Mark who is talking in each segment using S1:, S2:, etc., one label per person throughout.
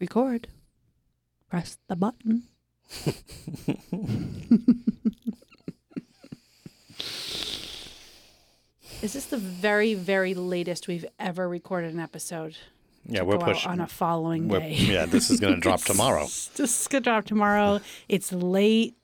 S1: record. Press the button. Is this the very, very latest we've ever recorded an episode?
S2: Yeah,
S1: to
S2: we're
S1: go out
S2: pushing.
S1: on a following
S2: we're-
S1: day.
S2: yeah, this is going to drop tomorrow.
S1: This is gonna drop tomorrow. It's late.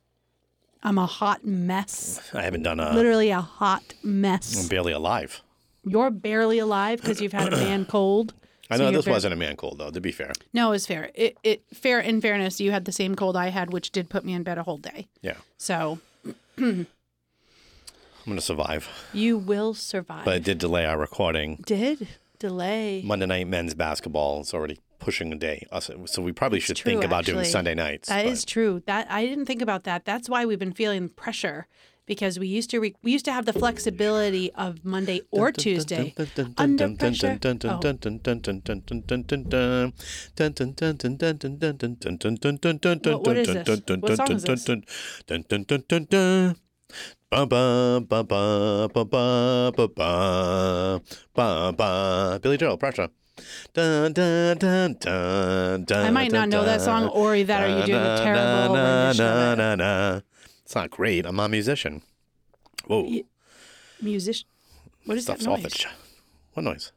S1: I'm a hot mess.
S2: I haven't done uh, a.
S1: Literally a hot
S2: I'm
S1: mess.
S2: barely alive.
S1: You're barely alive because you've had a man cold.
S2: I
S1: So
S2: know
S1: you're
S2: this
S1: bar-
S2: wasn't a man cold though. To be fair,
S1: No, it's fair. It, it fair in fairness, you had the same cold I had, which did put me in bed a whole day.
S2: yeah,
S1: So
S2: I'm going to survive.
S1: you will survive.
S2: But it did delay our recording.
S1: did delay.
S2: Monday night men's basketball is already pushing a day, Us- so we probably should
S1: true,
S2: think about doing
S1: actually.
S2: Sunday nights.
S1: That
S2: but-
S1: is true. That I didn't think about that. That's why we've been feeling pressure because we used to re- we used to have the flexibility of Monday or Tuesday. Under pressure. Oh. What- what is this? What song is this?
S2: Ba ba ba ba ba ba ba ba ba ba Billy Joel pressure. Dun, dun, dun, dun, dun,
S1: I might not
S2: dun,
S1: know that
S2: dun.
S1: song or that are you doing a terrible rendition
S2: na,
S1: of it.
S2: na, na. It's not great. I'm not a musician. Whoa,
S1: Ye- Musician. What is
S2: stuff's
S1: that
S2: off
S1: noise?
S2: the ch- What noise?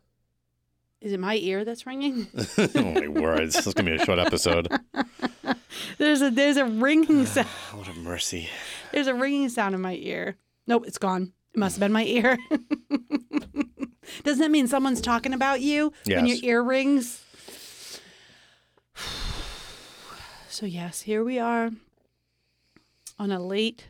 S1: Is it my ear that's ringing?
S2: oh my words! This is gonna be a short episode.
S1: there's a there's a ringing sound.
S2: Lord have mercy.
S1: There's a ringing sound in my ear. Nope, it's gone. It must have been my ear. Doesn't that mean someone's talking about you when your
S2: Yes.
S1: ear rings? So yes, here we are on a late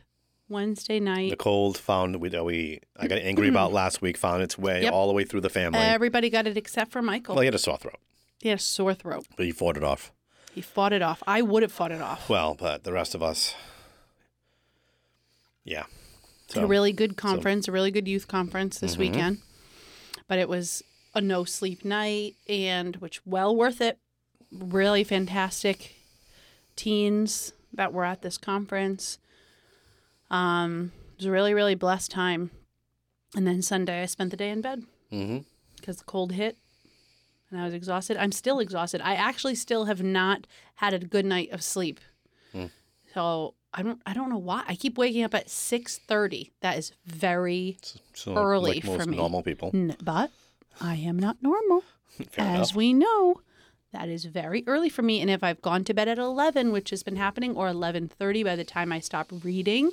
S1: Wednesday
S2: The
S1: night.
S2: cold found we that we I got angry about last week found its way
S1: Yep.
S2: all the way through the family.
S1: Everybody got it except for Michael.
S2: well, he had a sore throat,
S1: he had a sore throat.
S2: but he fought it off.
S1: He fought it off. I would have fought it off.
S2: Well, but the rest of us, yeah. So Mm-hmm.
S1: a really good conference, a really good youth conference this weekend. But it was a no sleep night and which well worth it. Really fantastic teens that were at this conference. Um, it was a really, really blessed time. And then Sunday I spent the day in bed
S2: hmm
S1: because the cold hit and I was exhausted. I'm still exhausted. I actually still have not had a good night of sleep. So I don't I don't know why. I keep waking up at 6:30. That is very
S2: so
S1: Early
S2: like most
S1: for me.
S2: normal people.
S1: n- but I am not normal.
S2: Fair
S1: as
S2: enough.
S1: we know, that is very early for me and if I've gone to bed at 11, which has been happening or 11:30 by the time I stop reading,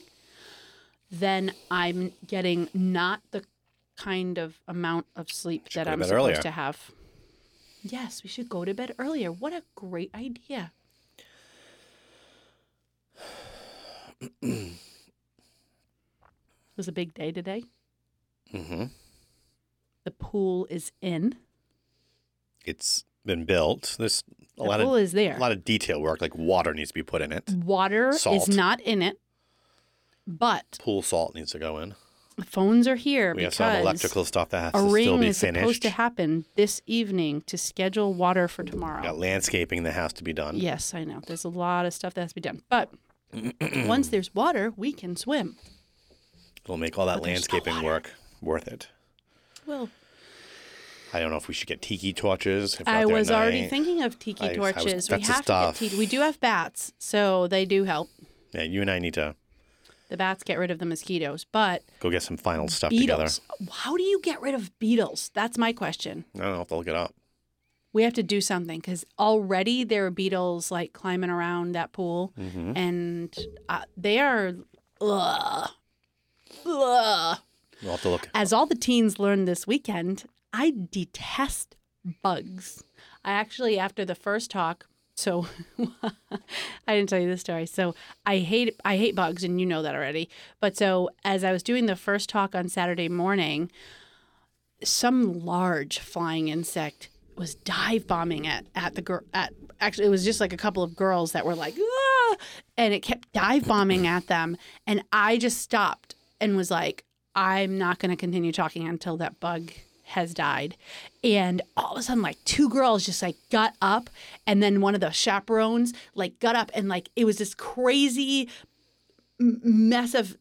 S1: then I'm getting not the kind of amount of sleep that
S2: go to
S1: I'm
S2: bed
S1: supposed
S2: earlier.
S1: to have. Yes, we should go to bed earlier. What a great idea. it was a big day today.
S2: hmm
S1: The pool is in.
S2: It's been built. There's a
S1: The
S2: lot
S1: pool
S2: of
S1: is there. Mm.
S2: a lot of detail work. Like water needs to be put in it.
S1: Water
S2: Salt.
S1: is not in it, but
S2: Pool salt needs to go in.
S1: the phones are here
S2: We have
S1: because
S2: some electrical stuff that has
S1: a
S2: to still
S1: ring
S2: be
S1: is supposed
S2: finished.
S1: to happen this evening to schedule water for tomorrow.
S2: Got landscaping that has to be done.
S1: Yes, I know. There's a lot of stuff that has to be done, but once there's water, we can swim.
S2: It'll make all that
S1: But there's no
S2: landscaping work worth it.
S1: Well,
S2: I don't know if we should get tiki torches. If we're
S1: I
S2: out there at
S1: was already
S2: night.
S1: thinking of tiki
S2: I- I was-
S1: torches. we
S2: that's the
S1: have to get
S2: stuff.
S1: tiki. We do have bats, so they do help.
S2: Yeah, you and I need to
S1: The bats get rid of the mosquitoes, but
S2: go get some final stuff together.
S1: beetles. How do you get rid of beetles? That's my question.
S2: I don't know if they'll get up.
S1: we have to do something because already there are beetles like climbing around that pool and uh, they are ugh, ugh.
S2: We'll have to look.
S1: as all the teens learned this weekend i detest bugs i actually after the first talk so i didn't tell you this story so i hate i hate bugs and you know that already but so as i was doing the first talk on saturday morning some large flying insect was dive bombing at at the girl at actually it was just like a couple of girls that were like ah! and it kept dive bombing at them and I just stopped and was like I'm not going to continue talking until that bug has died and all of a sudden like two girls just like got up and then one of the chaperones like got up and like it was this crazy m- mess of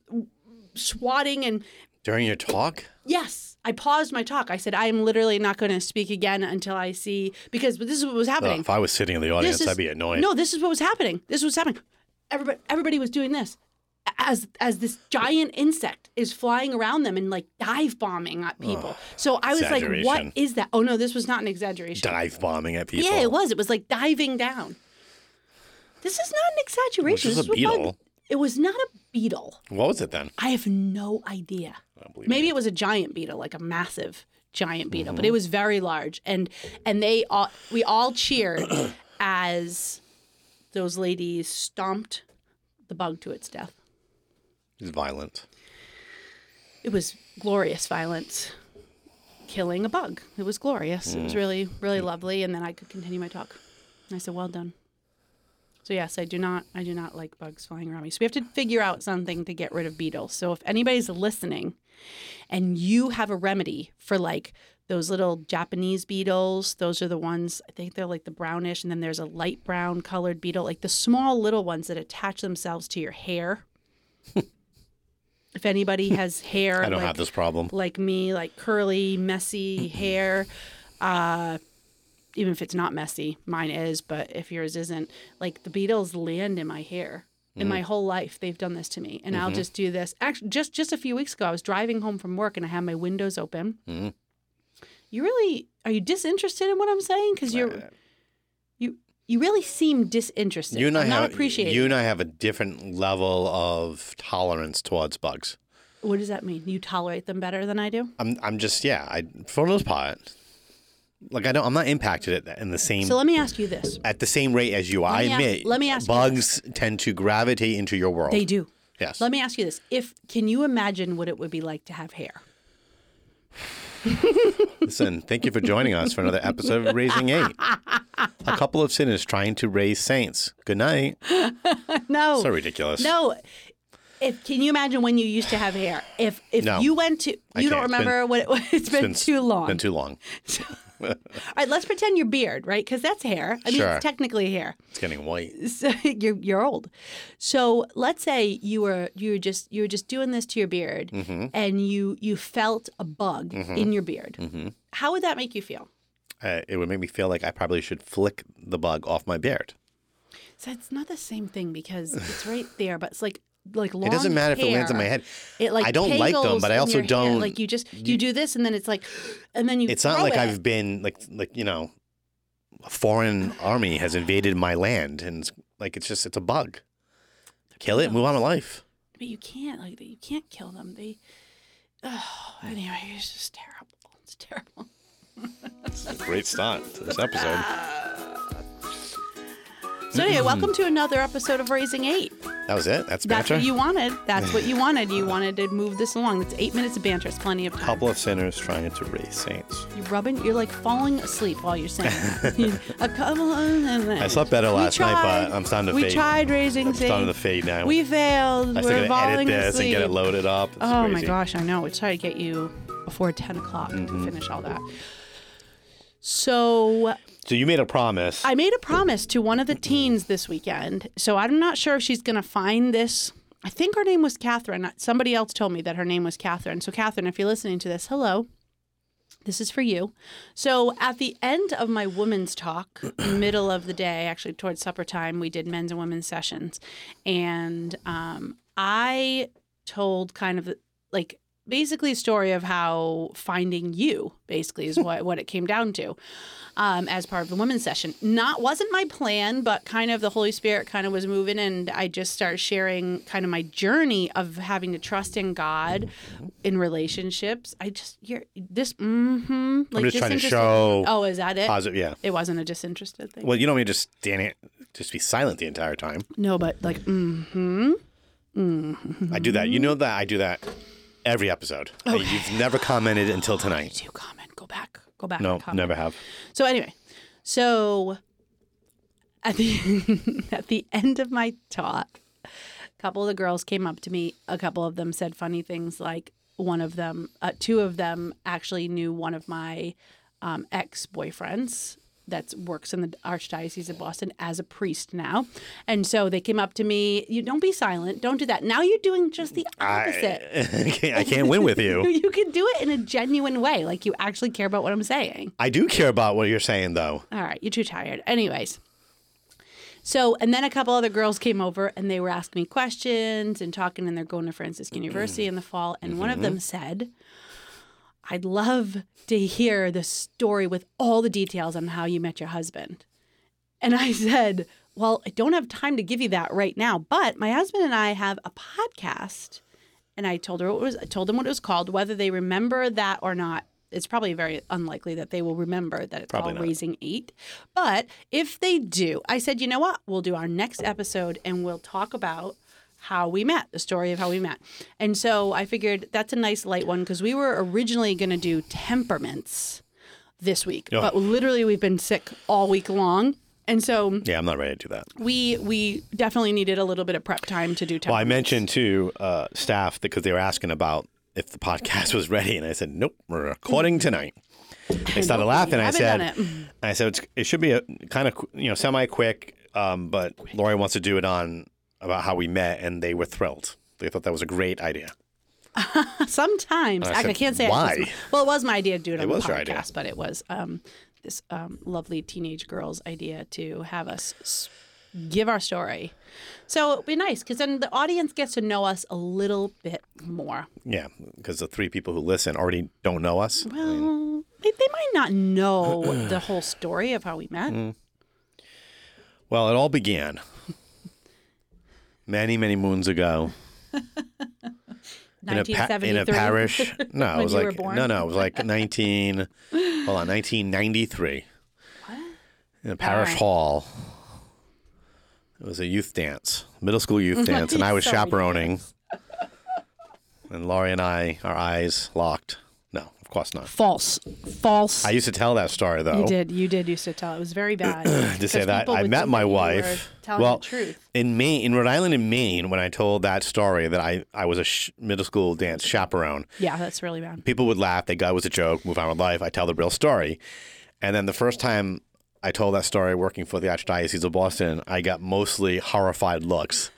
S1: swatting and
S2: During your talk?
S1: Yes, I paused my talk. I said, I am literally not going to speak again until I see, because this is what was
S2: Ugh,
S1: happening.
S2: if I was sitting in the
S1: This
S2: audience,
S1: is-
S2: I'd be annoyed.
S1: No, this is what was happening. This was happening. Everybody, everybody was doing this as as this giant insect is flying around them and like dive bombing at people. so I was like,
S2: exaggeration.
S1: what is that? Oh no, this was not an exaggeration.
S2: Dive bombing at people.
S1: yeah, it was. It was like diving down. This is not an exaggeration. This
S2: It was just a
S1: is what
S2: beetle.
S1: bugged- It was not a beetle.
S2: What was it then?
S1: I have no idea.
S2: I don't believe Mm-hmm.
S1: Maybe it was a giant beetle, like a massive giant beetle, but it was very large. And and they all we all cheered as those ladies stomped the bug to its death.
S2: It's violent.
S1: It was glorious violence. Killing a bug. It was glorious. It was
S2: Hmm.
S1: really, really lovely. And then I could continue my talk. And I said, Well done. So yes, I do not I do not like bugs flying around me. So we have to figure out something to get rid of beetles. So if anybody's listening and you have a remedy for like those little Japanese beetles, those are the ones I think they're like the brownish and then there's a light brown colored beetle, like the small little ones that attach themselves to your hair. if anybody has hair
S2: I don't
S1: like,
S2: have this problem.
S1: like me, like curly, messy
S2: Mm-hmm.
S1: hair. Uh, even if it's not messy, mine is, but if yours isn't, like the beetles land in my hair. In
S2: Mm.
S1: my whole life, they've done this to me, and
S2: Mm-hmm.
S1: I'll just do this. Actually, just just a few weeks ago, I was driving home from work, and I had my windows open.
S2: Mhm.
S1: You really are you disinterested in what I'm saying? Because you're
S2: Uh,
S1: you you really seem disinterested.
S2: You and I
S1: I'm
S2: have
S1: not appreciating.
S2: you and I have a different level of tolerance towards bugs.
S1: What does that mean? You tolerate them better than I do.
S2: I'm I'm just yeah. I for the most part, like I don't. I'm not impacted at that in the same
S1: So let me ask you this:
S2: at the same rate as you. I
S1: me ask-
S2: admit.
S1: let me ask you
S2: Bugs tend to gravitate into your world.
S1: They do.
S2: yes.
S1: Let me ask you this: If can you imagine what it would be like to have hair?
S2: Listen. Thank you for joining us for another episode of Raising Eight. A couple of sinners trying to raise saints. Good night.
S1: No,
S2: So ridiculous.
S1: no. If can you imagine when you used to have hair? If if
S2: No.
S1: you went to, you don't
S2: can't. It's been-
S1: remember what it was. It's been,
S2: It's
S1: too long.
S2: Been too long.
S1: All right, let's pretend your beard, right? Because that's hair. I mean,
S2: Sure.
S1: it's technically hair.
S2: It's getting white.
S1: So you're you're old. So let's say you were you were just you were just doing this to your beard,
S2: Mm-hmm.
S1: and you you felt a bug in your beard. How would that make you feel?
S2: Mm-hmm. Uh, it would make me feel like I probably should flick the bug off my beard.
S1: So it's not the same thing because it's right there, but it's like like long.
S2: It doesn't matter if it lands on
S1: hair.
S2: my head.
S1: It like
S2: I don't like them,
S1: tangles
S2: but I
S1: in
S2: also
S1: your hair.
S2: don't-
S1: Like you just you do this, and then it's like, and then you.
S2: It's not
S1: throw
S2: like
S1: it.
S2: I've been like like you know, a foreign army has invaded my land and it's- like it's just it's a bug. Kill it, move on with life.
S1: But you can't like you can't kill them. They. Oh, anyway, it's just terrible. It's terrible.
S2: Great start to this episode.
S1: So anyway, welcome to another episode of Raising Eight.
S2: That was it. That's
S1: That's
S2: banter.
S1: what you wanted. That's what you wanted. You wanted to move this along. That's eight minutes of banter. It's plenty of time.
S2: Couple of sinners trying to raise saints.
S1: You're rubbing. You're like falling asleep while you're saying. it. You- a couple. I
S2: slept better last night, but I'm starting to
S1: We
S2: fade.
S1: tried raising.
S2: I'm starting to
S1: saints.
S2: fade now.
S1: We failed. We're
S2: I still gotta edit
S1: falling
S2: this
S1: asleep.
S2: and get it loaded up. It's
S1: Oh my
S2: crazy.
S1: gosh, I know. We try to get you before 10 o'clock to finish all that. So
S2: So you made a promise.
S1: I made a promise to one of the teens this weekend. So I'm not sure if she's going to find this. I think her name was Catherine. Somebody else told me that her name was Catherine. So, Catherine, if you're listening to this, hello. This is for you. So, at the end of my women's talk, middle of the day, actually towards supper time, we did men's and women's sessions. And um, I told kind of like basically a story of how finding you basically is what, what it came down to um, as part of the women's session. Not wasn't my plan, but kind of the Holy Spirit kind of was moving, and I just started sharing kind of my journey of having to trust in God in relationships. I just you're this. Mm-hmm, like
S2: I'm just trying to
S1: disinterested-
S2: show
S1: Oh, is that it?
S2: positive. Yeah.
S1: It wasn't a disinterested thing.
S2: Well, you don't mean just stand it, just be silent the entire time.
S1: No, but like, mm-hmm.
S2: I do that. You know that I do that every episode. I- You've never commented until tonight.
S1: Do comment. Go back. Go back.
S2: No,
S1: and comment.
S2: never have.
S1: So anyway, so at the at the end of my talk, a couple of the girls came up to me. A couple of them said funny things like one of them, uh, two of them actually knew one of my um, ex boyfriends that works in the Archdiocese of Boston as a priest now. And so they came up to me, you don't be silent, don't do that. Now you're doing just the opposite.
S2: I can't, I can't win with you.
S1: you can do it in a genuine way, like you actually care about what I'm saying.
S2: I do care about what you're saying, though.
S1: All right, you're too tired. Anyways. So, and then a couple other girls came over and they were asking me questions and talking, and they're going to Franciscan University in the fall. And one of them said, I'd love to hear the story with all the details on how you met your husband. And I said, Well, I don't have time to give you that right now, but my husband and I have a podcast. And I told her what it was I told them what it was called, whether they remember that or not. It's probably very unlikely that they will remember that it's
S2: Probably
S1: called
S2: not.
S1: Raising Eight. But if they do, I said, you know what? We'll do our next episode and we'll talk about how we met, the story of how we met. And so I figured that's a nice light one because we were originally going to do temperaments this week,
S2: Oh.
S1: but literally we've been sick all week long. And so
S2: Yeah, I'm not ready to do that.
S1: we we definitely needed a little bit of prep time to do temperaments.
S2: Well, I mentioned to uh, staff because they were asking about if the podcast was ready, and I said, "Nope, we're recording tonight." They started laughing. I
S1: Mm-hmm. haven't
S2: said,
S1: done it. Mm-hmm.
S2: "I said it's, it should be a kind of you know semi quick, um, but Lori wants to do it on about how we met, and they were thrilled. They thought that was a great idea.
S1: Sometimes
S2: I
S1: I,
S2: said,
S1: can't say it
S2: "Why?"
S1: was my- well, it was my idea to do it, on
S2: was
S1: the
S2: your idea.
S1: podcast, but it was um, this um, lovely teenage girl's idea to have us s- give our story. So it'd be nice because then the audience gets to know us a little bit more.
S2: Yeah, because the three people who listen already don't know us.
S1: Well, they, they might not know the whole story of how we met.
S2: Mm. Well, it all began many, many moons ago." in a, pa- in a
S1: 1973.
S2: parish. No, it
S1: When
S2: was
S1: you were
S2: like
S1: born?
S2: no, no, it was like nineteen. hold on, nineteen ninety three. In a parish
S1: right.
S2: hall. It was a youth dance, middle school youth dance, and I was
S1: So
S2: chaperoning. and Laurie and I, our eyes locked. No, of course not.
S1: False. False.
S2: I used to tell that story though.
S1: you did. You did used to tell. It was very bad.
S2: Oh. to say
S1: Because
S2: that
S1: people
S2: I
S1: would
S2: met
S1: think
S2: my
S1: that you were
S2: wife.
S1: telling
S2: well,
S1: the truth.
S2: in Maine, in Rhode Island, and Maine, when I told that story that I I was a sh- middle school dance chaperone,
S1: Yeah, that's really bad.
S2: people would laugh. They go, it was a joke, move on with life. I tell the real story. And then the first time I told that story working for the Archdiocese of Boston, I got mostly horrified looks.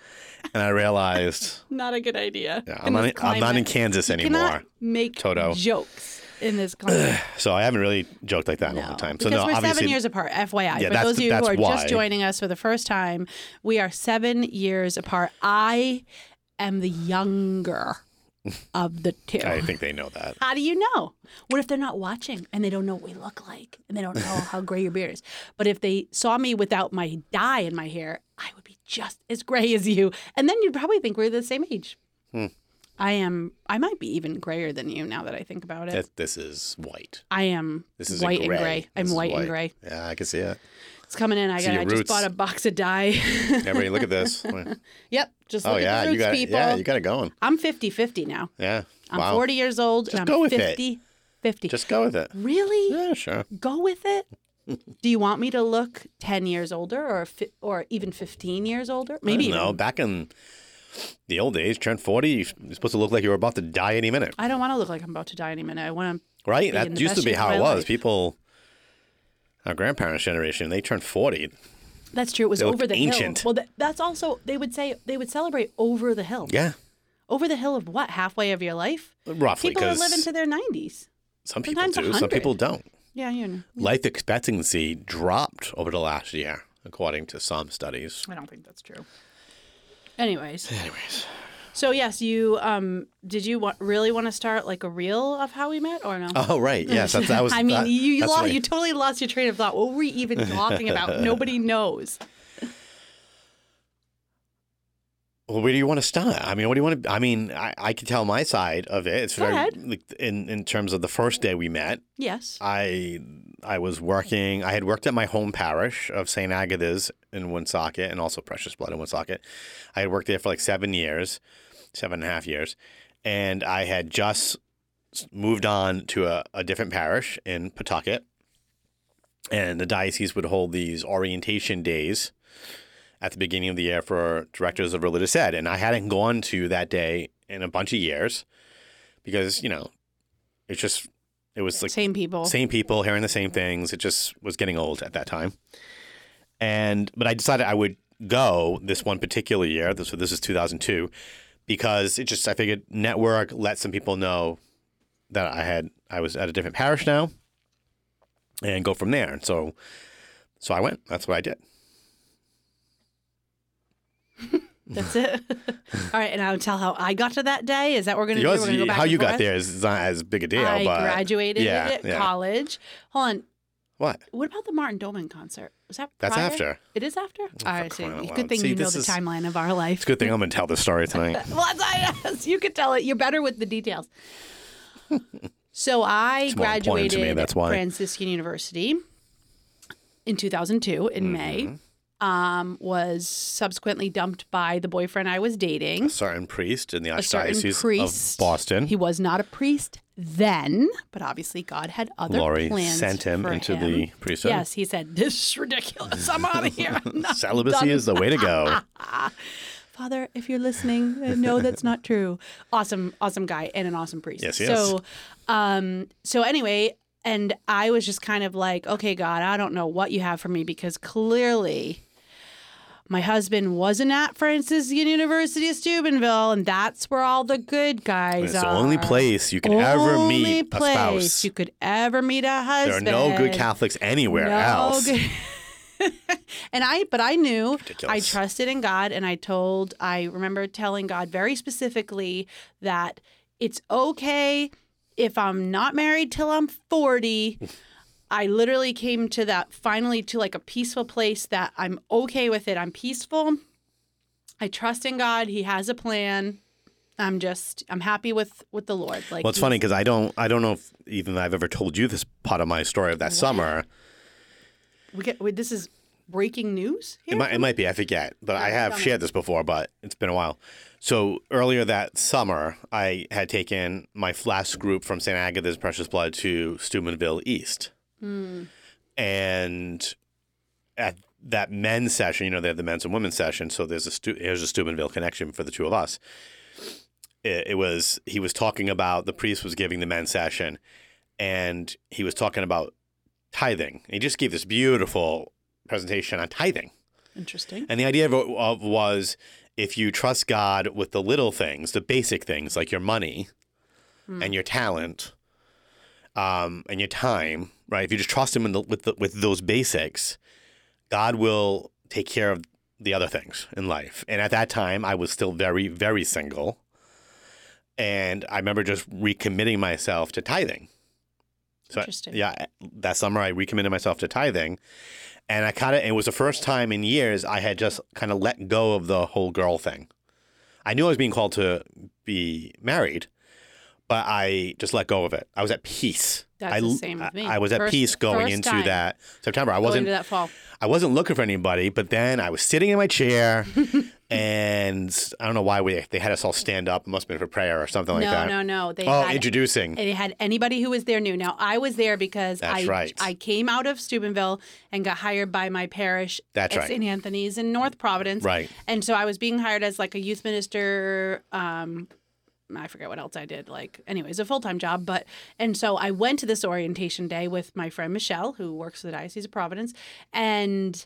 S2: And I realized
S1: Not a good idea.
S2: yeah,
S1: In
S2: I'm, not,
S1: this
S2: I'm not in
S1: climate,
S2: Kansas
S1: you
S2: anymore.
S1: cannot make
S2: Toto.
S1: jokes in this climate.
S2: So I haven't really joked like that in a
S1: No,
S2: long time. So
S1: Because
S2: no,
S1: we're
S2: obviously,
S1: seven years apart, FYI.
S2: Yeah,
S1: for
S2: that's
S1: those
S2: the-
S1: of you who
S2: that's
S1: are
S2: why.
S1: just joining us for the first time, we are seven years apart. I am the younger of the two.
S2: I think they know that.
S1: How do you know? What if they're not watching and they don't know what we look like and they don't know how gray your beard is? But if they saw me without my dye in my hair, I would be just as gray as you. And then you'd probably think we're the same age.
S2: Hmm.
S1: I am. I might be even grayer than you now that I think about it.
S2: that this is white.
S1: I am
S2: This is a
S1: white
S2: gray.
S1: and gray. I'm
S2: This is
S1: white, and gray.
S2: Yeah, I can see it.
S1: It's coming in. I
S2: See
S1: got.
S2: your
S1: I
S2: roots.
S1: just bought a box of dye.
S2: Everybody, look at this. oh
S1: yep. Just look at
S2: yeah,
S1: the
S2: you
S1: roots,
S2: got it.
S1: people.
S2: Yeah, you got it going.
S1: I'm 50-50 now.
S2: Yeah.
S1: I'm
S2: wow.
S1: 40 years old and I'm
S2: go with it.
S1: 50 50.
S2: Just go with
S1: Mm-hmm.
S2: it.
S1: really?
S2: Yeah, sure.
S1: go with it. Do you want me to look 10 years older or fi- or even 15 years older? Maybe.
S2: No,
S1: even-
S2: back in the old days, turn 40, you're supposed to look like you were about to die any minute,
S1: I don't want to look like I'm about to die any minute. I want to.
S2: right?
S1: in
S2: That
S1: the
S2: used to
S1: best
S2: be
S1: shape of
S2: how
S1: my
S2: it was.
S1: life.
S2: People, our grandparents' generation, they turned 40.
S1: That's true. It was
S2: They look
S1: over the
S2: ancient.
S1: hill. Well, that, that's also they would say they would celebrate over the hill.
S2: Yeah,
S1: Over the hill of what? Halfway of your life?
S2: roughly.
S1: People are
S2: Because
S1: living to their 90s.
S2: some people
S1: sometimes
S2: do, some
S1: 100.
S2: people don't.
S1: Yeah, you know.
S2: Life expectancy dropped over the last year, according to some studies.
S1: I don't think that's true. Anyways,
S2: Anyways,
S1: so yes, you um did you want, really want to start like a reel of how we met or no?
S2: oh right, yes, that's, that was.
S1: I mean,
S2: that-
S1: you you,
S2: that's
S1: lost,
S2: right.
S1: you totally lost your train of thought. What were we even talking about? Nobody knows.
S2: Well, where do you want to start? I mean, what do you want to? I mean, I, I could tell my side of it. It's
S1: Go
S2: very
S1: ahead.
S2: like, in in terms of the first day we met.
S1: Yes.
S2: I I was working. I had worked at my home parish of St. Agatha's in Woonsocket, and also Precious Blood in Woonsocket. I had worked there for like seven years, seven and a half years, and I had just s- moved on to a, a different parish in Pawtucket. And the diocese would hold these orientation days at the beginning of the year for directors of religious ed, and I hadn't gone to that day in a bunch of years because you know it's just It was like
S1: Same people.
S2: same people hearing the same things. It just was getting old at that time. And but I decided I would go this one particular year. This, so this is 2002, because it just I figured network let some people know that I had I was at a different parish now, and go from there. And so, so I went. That's what I did.
S1: That's it. All right, and I'll tell how I got to that day. Is that what we're gonna
S2: Yours-
S1: do? We're gonna go back
S2: how
S1: and
S2: you got
S1: forth?
S2: there is is not as big a deal.
S1: I
S2: but
S1: graduated
S2: yeah,
S1: at
S2: yeah.
S1: college. Hold on.
S2: what?
S1: What about the Martin Dolman concert? Was that
S2: That's
S1: prior?
S2: after.
S1: It is after. All right,
S2: crying out
S1: see,
S2: loud.
S1: good thing
S2: See,
S1: you know
S2: this
S1: the
S2: is-
S1: timeline of our life.
S2: It's a good thing I'm gonna tell this story tonight.
S1: Well, that's why I asked. You could tell it. You're better with the details. So I
S2: more important to me,
S1: graduated
S2: that's why.
S1: Franciscan University in 2002 in
S2: Mm-hmm.
S1: May. Um, was subsequently dumped by the boyfriend I was dating.
S2: a certain priest in the
S1: a certain
S2: archdiocese
S1: priest.
S2: of Boston.
S1: He was not a priest then, but obviously God had other
S2: Laurie
S1: plans
S2: sent him
S1: for
S2: into
S1: him.
S2: the priesthood.
S1: Yes, he said, "This is ridiculous. I'm out of here." I'm not done
S2: Celibacy is the way to go.
S1: Father, if you're listening, uh, no, that's not true. Awesome, awesome guy and an awesome priest.
S2: Yes, he
S1: so, um, so anyway, and I was just kind of like, okay, God, I don't know what you have for me because clearly my husband wasn't at Franciscan University of Steubenville, and that's where all the good guys
S2: It's
S1: are.
S2: the only place you can ever
S1: Only
S2: meet
S1: place
S2: a spouse.
S1: you could ever meet a
S2: there are
S1: husband.
S2: no good Catholics anywhere
S1: No
S2: else.
S1: good- and I, but I knew I
S2: Ridiculous.
S1: trusted in God, and I told, I remember telling God very specifically that it's okay if I'm not married till I'm 40. I literally came to that finally to like a peaceful place that I'm okay with it. I'm peaceful. I trust in God. He has a plan. I'm just I'm happy with with the Lord. Like
S2: Well,
S1: he's-
S2: it's funny because I don't, I don't know if even I've ever told you this part of my story of that summer.
S1: We get wait, this is breaking news. Here?
S2: It might, it might be, I forget, but I have
S1: summer.
S2: shared this before, but it's been a while. So earlier that summer, I had taken my flask group from St. Agatha's Precious Blood to Steubenville East.
S1: Hmm,
S2: And at that men's session, you know, they have the men's and women's session. So there's a, Stu- there's a Steubenville connection for the two of us. It, it was, he was talking about, the priest was giving the men's session and he was talking about tithing. He just gave this beautiful presentation on tithing.
S1: Interesting.
S2: And the idea of, of was if you trust God with the little things, the basic things like your money
S1: Hmm.
S2: Mm. and your talent um, and your time, right? If you just trust Him in the, with the, with those basics, God will take care of the other things in life. And at that time, I was still very very single, and I remember just recommitting myself to tithing. So,
S1: Interesting.
S2: yeah, that summer I recommitted myself to tithing, and I kind of it was the first time in years I had just kind of let go of the whole girl thing. I knew I was being called to be married, but I just let go of it. I was at peace.
S1: That's
S2: I,
S1: the same with me.
S2: I was at
S1: First-
S2: peace going
S1: first
S2: into
S1: time.
S2: that September. I
S1: Going
S2: wasn't.
S1: to that fall.
S2: I wasn't looking for anybody, but then I was sitting in my chair, and I don't know why we they had us all stand up. It must have been for prayer or something like
S1: no,
S2: that.
S1: no, no. They
S2: Oh,
S1: had
S2: introducing.
S1: they had anybody who was there new. Now I was there because
S2: That's
S1: I
S2: right.
S1: I came out of Steubenville and got hired by my parish
S2: That's
S1: at
S2: right.
S1: St. Anthony's in North Providence.
S2: Right.
S1: And so I was being hired as like a youth minister. Um, I forget what else I did. Like, anyways, a full time job. But and so I went to this orientation day with my friend Michelle, who works for the Diocese of Providence, and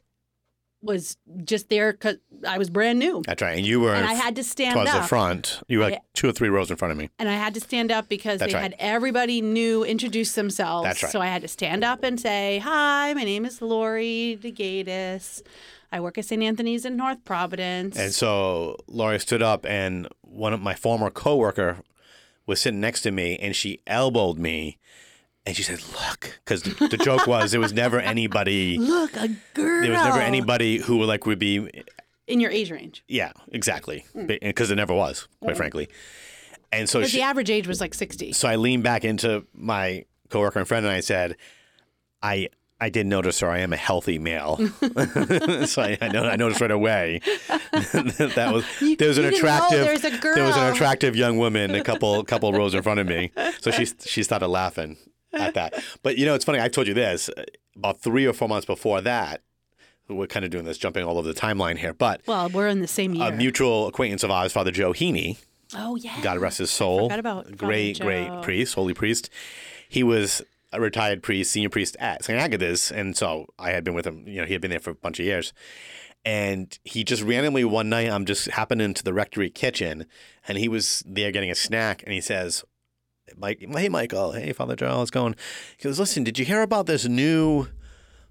S1: was just there because I was brand new.
S2: That's right. And you were
S1: And I
S2: in-
S1: had to stand
S2: towards
S1: up.
S2: the front. You were like
S1: Yeah.
S2: two or three rows in front of me.
S1: and I had to stand up because
S2: That's
S1: they
S2: right.
S1: had everybody new introduce themselves.
S2: That's right.
S1: So I had to stand up and say, "Hi, my name is Lori DeGatis. I work at St. Anthony's in North Providence."
S2: And so Laurie stood up, and one of my former coworker was sitting next to me, and she elbowed me, and she said, "Look," because the, the joke was there was never anybody.
S1: Look, a girl.
S2: There was never anybody Oh, who would like would be
S1: in your age range.
S2: yeah exactly because there never was quite frankly, and so
S1: Because
S2: she,
S1: the average age was like sixty.
S2: so I leaned back into my coworker and friend, and I said, "I." I did notice, her. I am a healthy male, so I, I, know, I noticed right away that, that was
S1: You-
S2: there was an
S1: you didn't know
S2: attractive
S1: there's a
S2: there was an
S1: girl.
S2: attractive young woman a couple couple rows in front of me. So she she started laughing at that. But you know, it's funny. I told you this about three or four months before that. We're kind of doing this, jumping all over the timeline here, but
S1: Well, we're in the same year.
S2: a mutual acquaintance of ours, Father Joe Heaney,
S1: Oh yeah.
S2: God rest his soul.
S1: Forgot about
S2: great,
S1: Father
S2: great
S1: Joe.
S2: priest, holy priest. He was a retired priest, senior priest at St. Agatha's, and so I had been with him. You know, he had been there for a bunch of years, and he just randomly one night, I'm just happened into the rectory kitchen, and he was there getting a snack, and he says, "Mike, hey Michael, hey Father Joe, how's it going?" He goes, "Listen, did you hear about this new?"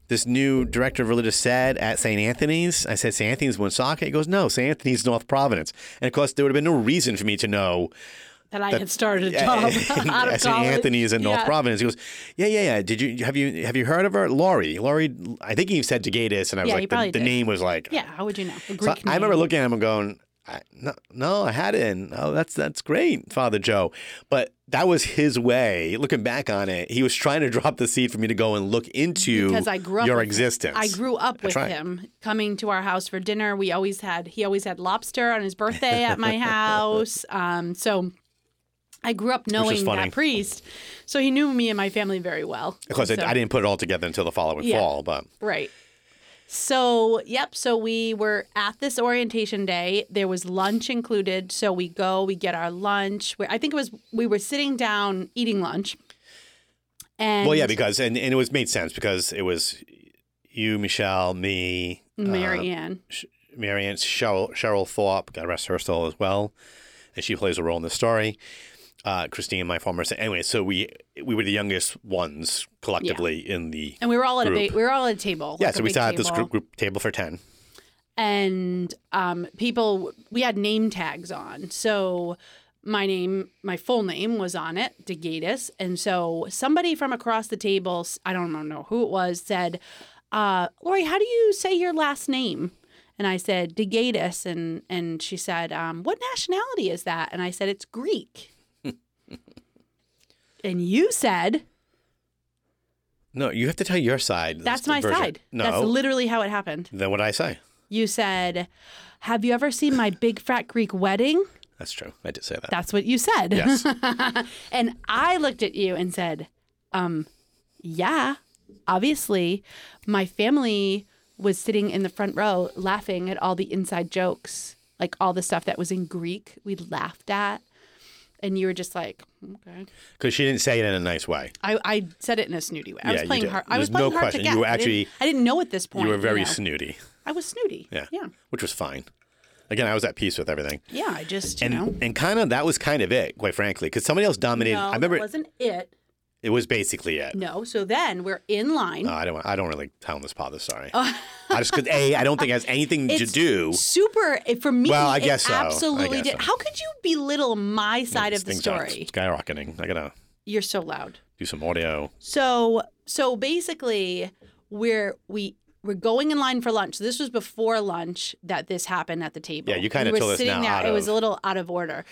S2: This new director of religious said at St. Anthony's. I said, St. Anthony's Woonsocket? He goes, No, St. Anthony's North Providence. And of course, there would have been no reason for me to know
S1: That I had started a job out of
S2: St.
S1: college.
S2: Anthony is in North
S1: Yeah.
S2: Providence. He goes, yeah, yeah, yeah. Did you have you have you heard of her, Laurie? Laurie, I think he said Degatis, and I was
S1: Yeah, he
S2: like, the,
S1: probably
S2: the
S1: did.
S2: name was like,
S1: Yeah. How would you know? A
S2: So
S1: Greek
S2: I remember
S1: name.
S2: looking at him and going, I, no, no, I hadn't. Oh, that's that's great, Father Joe. But that was his way. Looking back on it, he was trying to drop the seed for me to go and look into
S1: because I grew up
S2: your
S1: with him.
S2: existence.
S1: I grew up with
S2: right.
S1: him coming to our house for dinner. We always had he always had lobster on his birthday at my house. Um, so I grew up knowing
S2: funny.
S1: that priest, so he knew me and my family very well.
S2: Of course, I,
S1: So-
S2: I didn't put it all together until the following
S1: Yeah.
S2: fall, but
S1: Right. So, yep. So we were at this orientation day. There was lunch included. So we go, we get our lunch. We, I think it was, we were sitting down eating lunch. And
S2: Well, yeah, because and, and it was made sense because it was you, Michelle, me,
S1: Mary
S2: uh,
S1: Ann.
S2: Marianne, Cheryl, Cheryl Thorpe, God rest her soul as well, and she plays a role in the story. Uh, Christine, my former. Anyway, so we we were the youngest ones collectively in the.
S1: And we were all at a
S2: Group.
S1: ba- we were all at a table.
S2: Yeah,
S1: like a
S2: so we
S1: big
S2: sat at this
S1: table.
S2: group, group table for ten.
S1: and um, people we had name tags on so my name my full name was on it degatis and so somebody from across the table s- i don't know who it was said uh, lori how do you say your last name and i said degatis and, and she said um, what nationality is that and i said it's greek and you said
S2: No, you have to tell your side.
S1: that's
S2: the
S1: my
S2: version.
S1: side
S2: No,
S1: that's literally how it happened
S2: then what did I say?
S1: you said have you ever seen my big fat greek wedding
S2: That's true. I did say that.
S1: That's what you said.
S2: Yes.
S1: and I looked at you and said, um, yeah, obviously. My family was sitting in the front row laughing at all the inside jokes, like all the stuff that was in Greek we laughed at. And you were just like, okay.
S2: Because she didn't say it in a nice way.
S1: I, I said it in a snooty way. I
S2: Yeah,
S1: was
S2: you
S1: playing
S2: did.
S1: hard. I was
S2: There's
S1: playing
S2: no
S1: hard
S2: question.
S1: to get.
S2: You were
S1: I didn't-
S2: actually-
S1: I didn't know at this point.
S2: you were very
S1: know.
S2: snooty,
S1: I was snooty.
S2: Yeah.
S1: Yeah.
S2: which was fine. Again, I was at peace with everything.
S1: Yeah. I just, you
S2: and
S1: know.
S2: and kind of that was kind of it, quite frankly, because somebody else dominated.
S1: no,
S2: I remember
S1: that wasn't it.
S2: it was basically it.
S1: No. So then we're in line.
S2: No, I don't. I don't really tell this part. Sorry, I just could. A, I don't think it has anything to
S1: Oh. It's
S2: do.
S1: Super it- for me.
S2: Well, I
S1: it
S2: guess so. I
S1: Absolutely
S2: guess
S1: did.
S2: so.
S1: How could you belittle my side
S2: This
S1: of the
S2: thing's on
S1: story?
S2: skyrocketing. I gotta
S1: You're so loud.
S2: do some audio.
S1: So so basically, we're we we're going in line for lunch. This was before lunch that this happened at the table.
S2: Yeah, you kinda
S1: we
S2: tell
S1: were
S2: us
S1: sitting
S2: now
S1: there.
S2: out
S1: it was
S2: of-
S1: a little out of order.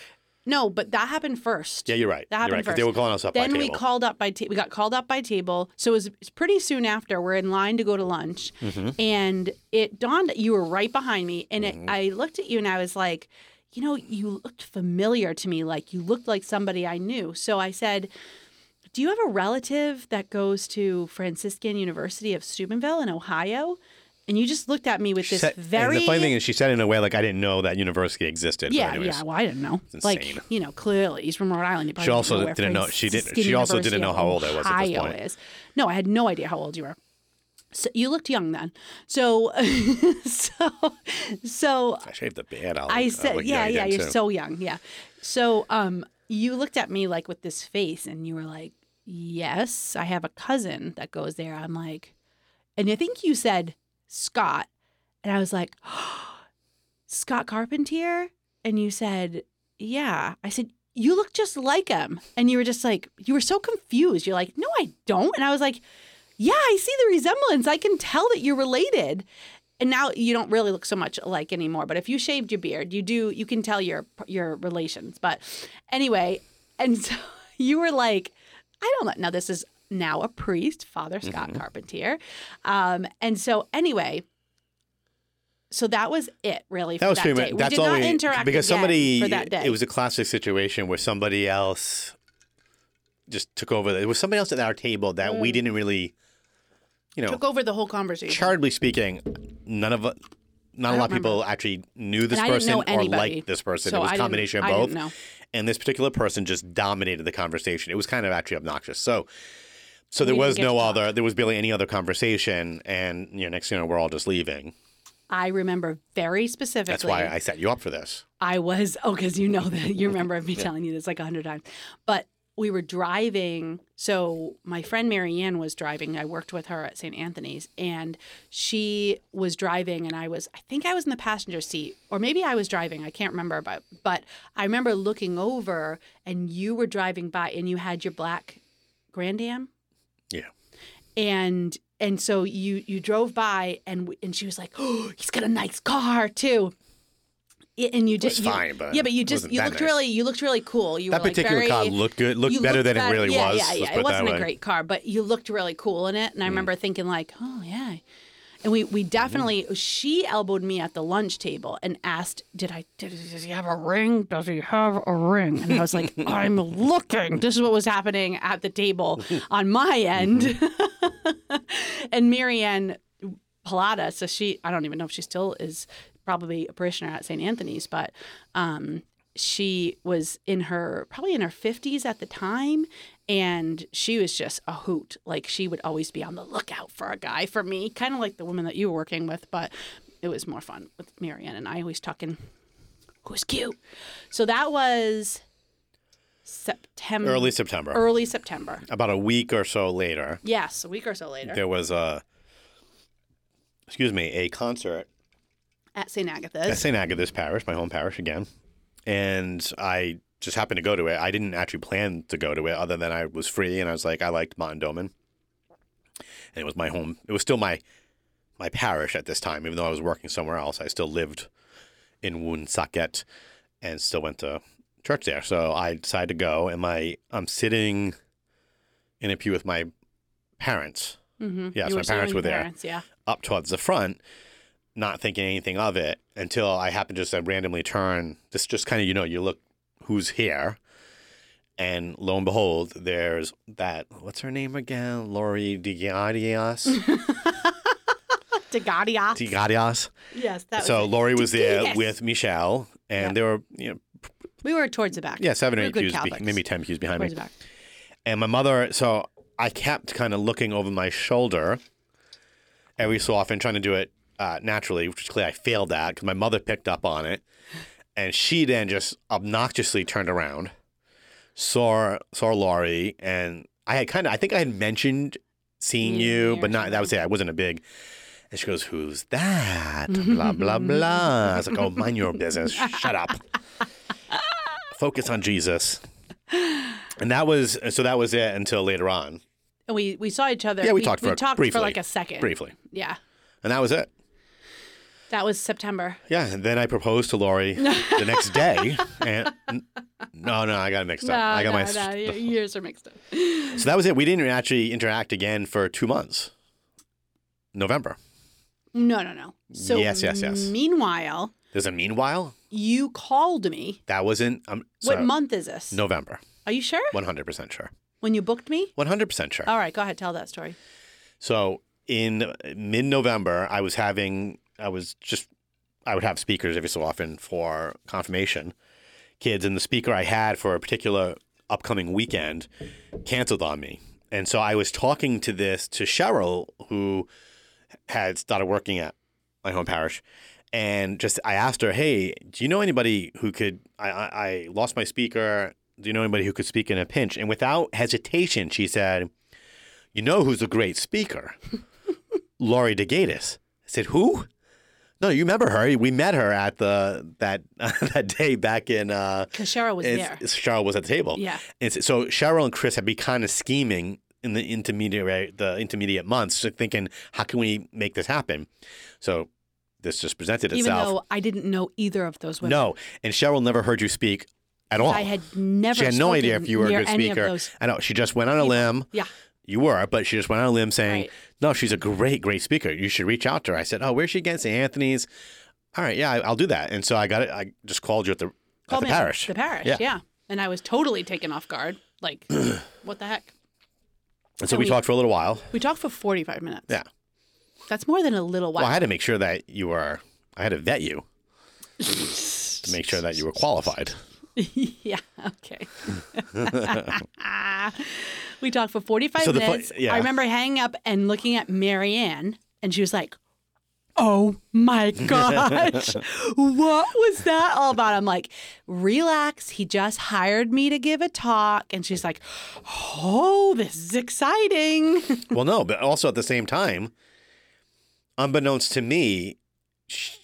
S1: No, but that happened first.
S2: Yeah, you're right.
S1: That
S2: you're right.
S1: happened
S2: 'cause They
S1: first.
S2: were calling us up
S1: then
S2: by
S1: we
S2: table.
S1: called up by ta- we got called up by table so it was it's pretty soon after we're in line to go to lunch
S2: Mm-hmm.
S1: and it dawned you were right behind me and it, i looked at you and i was like you know you looked familiar to me like you looked like somebody i knew so i said do you have a relative that goes to franciscan university of steubenville in ohio and you just looked at me with
S2: She
S1: this
S2: said-
S1: very
S2: And the funny thing is, she said it in a way like I didn't know that university existed. but
S1: yeah,
S2: anyways.
S1: yeah. Well, I didn't know.
S2: It's
S1: Like,
S2: insane.
S1: you know, clearly he's from Rhode Island. You probably
S2: She also
S1: where
S2: didn't know- she didn't-
S1: Franciscan
S2: she also didn't
S1: University of
S2: know how old I was at this
S1: Ohio
S2: point.
S1: Is. No, I had no idea how old you were. So you looked young then. So, so, so
S2: I shaved the uh, beard. I'll,
S1: I
S2: I'll
S1: said,
S2: look
S1: yeah,
S2: young
S1: yeah,
S2: again,
S1: you're
S2: too.
S1: so young. Yeah. So, um, you looked at me like with this face and you were like, yes, I have a cousin that goes there. I'm like, and I think you said Scott. And I was like, Scott Carpentier? And you said, yeah. I said, you look just like him. And you were just like, you were so confused. You're like, no, I don't. And I was like, yeah, I see the resemblance. I can tell that you're related. And now you don't really look so much alike anymore. But if you shaved your beard, you do. You can tell your your relations. But anyway, and so you were like, I don't know. Now this is now a priest, Father Scott
S2: Mm-hmm.
S1: Carpentier. Um, and so anyway. So that was it, really.
S2: That
S1: for
S2: was
S1: that
S2: pretty
S1: day.
S2: much. That's
S1: we did
S2: all
S1: not
S2: we
S1: interact
S2: because
S1: again
S2: somebody.
S1: for that day.
S2: It was a classic situation where somebody else just took over. It was somebody else at our table that
S1: Mm.
S2: we didn't really, you know,
S1: took over the whole conversation.
S2: charitably speaking, none of not a
S1: I
S2: lot of
S1: don't
S2: people actually knew this
S1: And I didn't
S2: person
S1: know
S2: or
S1: anybody,
S2: liked this person.
S1: so
S2: it was
S1: I
S2: a
S1: didn't-
S2: combination
S1: I
S2: of
S1: didn't
S2: both.
S1: know.
S2: And this particular person just dominated the conversation. It was kind of actually obnoxious. So so there
S1: didn't
S2: was
S1: get
S2: no
S1: to talk.
S2: other there was barely any other conversation and you know next thing you know we're all just leaving.
S1: I remember very specifically.
S2: That's why I set you up for this.
S1: I was oh, because you know that you remember me telling you this like a hundred times. But we were driving. So my friend Marianne was driving. I worked with her at St. Anthony's, and she was driving, and I was I think I was in the passenger seat, or maybe I was driving. I can't remember, but but I remember looking over, and you were driving by, and you had your black Grand Am
S2: Yeah.
S1: and and so you you drove by and w- and she was like oh he's got a nice car too I- and you
S2: was
S1: just you-
S2: fine, but
S1: yeah but you
S2: it
S1: just
S2: wasn't
S1: you
S2: that
S1: looked
S2: nice.
S1: really you looked really cool you
S2: That
S1: were
S2: particular
S1: like
S2: car
S1: very,
S2: looked good. Looked
S1: you
S2: better
S1: looked
S2: than
S1: better-
S2: it really
S1: yeah,
S2: was.
S1: yeah
S2: Let's
S1: yeah
S2: put
S1: it wasn't
S2: that
S1: a
S2: way. Mm.
S1: great car but you looked really cool in it and I remember thinking like oh yeah and we
S2: Mm-hmm.
S1: we definitely she elbowed me at the lunch table and asked did I did, does he have a ring does he have a ring and I was like I'm looking this is what was happening at the table on my end
S2: Mm-hmm.
S1: and Marianne Pallotta, so she I don't even know if she still is probably a parishioner at St. Anthony's, but um, she was in her probably in her fifties at the time, and she was just a hoot. Like she would always be on the lookout for a guy for me, kind of like the woman that you were working with, but it was more fun with Marianne and I always talking who's cute. So that was September
S2: Early September.
S1: early September.
S2: About a week or so later,
S1: Yes, a week or so later.
S2: there was a excuse me, a concert
S1: At St.
S2: at
S1: Agatha's.
S2: St. Agatha's Parish, my home parish again. And I just happened to go to it. I didn't actually plan to go to it other than I was free and I was like, I liked Mont Doman. And it was my home. It was still my my parish at this time, even though I was working somewhere else. I still lived in Woonsocket and still went to church there. So I decided to go and my I'm sitting in a pew with my parents
S1: Mm-hmm.
S2: Yes, my parents were there.
S1: Yeah.
S2: up towards the front, not thinking anything of it until I happened to just uh, randomly turn. This just kind of, you know, you look who's here. And lo and behold, there's that, what's her name again? Lori DiGadias?
S1: Dagadia.
S2: DiGadias.
S1: yes, that
S2: So
S1: was it.
S2: Lori was there
S1: DeGadias.
S2: with Michelle, and
S1: Yeah.
S2: there were, you know,
S1: We were towards the back.
S2: yeah, seven or
S1: We're
S2: eight
S1: good
S2: pews, be-
S1: Catholics.
S2: maybe 10 pews behind me.
S1: Towards the back.
S2: And my mother, so I kept kind of looking over my shoulder every so often, trying to do it uh, naturally, which is clear I failed at because my mother picked up on it. And she then just obnoxiously turned around, saw saw Laurie, and I had kind of I think I had mentioned seeing
S1: Yeah,
S2: you,
S1: yeah,
S2: but
S1: or
S2: not that was it. I wasn't a big. And she goes, "Who's that?" Blah blah blah. I was like, "Oh, mind your business. Shut up. Focus on Jesus." And that was so that was it until later on,
S1: And we, we saw each other.
S2: Yeah, we talked for- briefly.
S1: like a second.
S2: briefly.
S1: Yeah.
S2: And that was it.
S1: That was September.
S2: Yeah. And then I proposed to Lori the next day. And n- no, no, I got it mixed up. I got
S1: no,
S2: my
S1: no, your years are mixed up.
S2: So that was it. We didn't actually interact again for two months. November.
S1: No, no, no. So
S2: Yes, yes, yes.
S1: Meanwhile,
S2: There's a meanwhile.
S1: you called me.
S2: That wasn't um, so
S1: what month is this?
S2: November.
S1: Are you sure?
S2: 100% sure.
S1: When you booked me?
S2: 100% sure.
S1: All right, go ahead. Tell that story.
S2: So in mid November, I was having, I was just, I would have speakers every so often for confirmation kids. And the speaker I had for a particular upcoming weekend canceled on me. And so I was talking to this, to Cheryl, who had started working at my home parish. And just, I asked her, hey, do you know anybody who could, I, I, I lost my speaker. Do you know anybody who could speak in a pinch? And without hesitation, she said, you know who's a great speaker? Laurie DeGatis. I said, who? No, you remember her. We met her at the that that day back in uh
S1: Because Cheryl was
S2: it's-
S1: there.
S2: it's Cheryl was at the table.
S1: yeah.
S2: And s- so Cheryl and Chris had been kind of scheming in the intermediate the intermediate months, just thinking, how can we make this happen? So this just presented
S1: Even
S2: itself.
S1: though I didn't know either of those women.
S2: no, and Cheryl never heard you speak at all.
S1: I had never
S2: she had no idea
S1: spoken
S2: if you were a
S1: near
S2: good
S1: any of
S2: speaker.
S1: those.
S2: I know she just went on a limb.
S1: Yeah.
S2: You were, but she just went on a limb saying,
S1: Right.
S2: "No, she's a great, great speaker. You should reach out to her." I said, "Oh, where's she again? St. Anthony's." All right, yeah, I, I'll do that. And so I got it. I just called you at the at
S1: Called
S2: the
S1: me up-
S2: parish.
S1: The parish,
S2: Yeah.
S1: yeah. And I was totally taken off guard. Like, what the heck?
S2: and so
S1: and
S2: we
S1: we-
S2: talked for a little while.
S1: We talked for 45 minutes.
S2: Yeah.
S1: That's more than a little while.
S2: Well, I had to make sure that you were I had to vet you to make sure that you were qualified.
S1: yeah. Okay. we talked for 45
S2: So the pla-
S1: minutes.
S2: yeah.
S1: I remember hanging up and looking at Marianne, and she was like, Oh my gosh. what was that all about? I'm like, relax. He just hired me to give a talk. And she's like, Oh, this is exciting.
S2: well, no, but also at the same time, unbeknownst to me, Sh-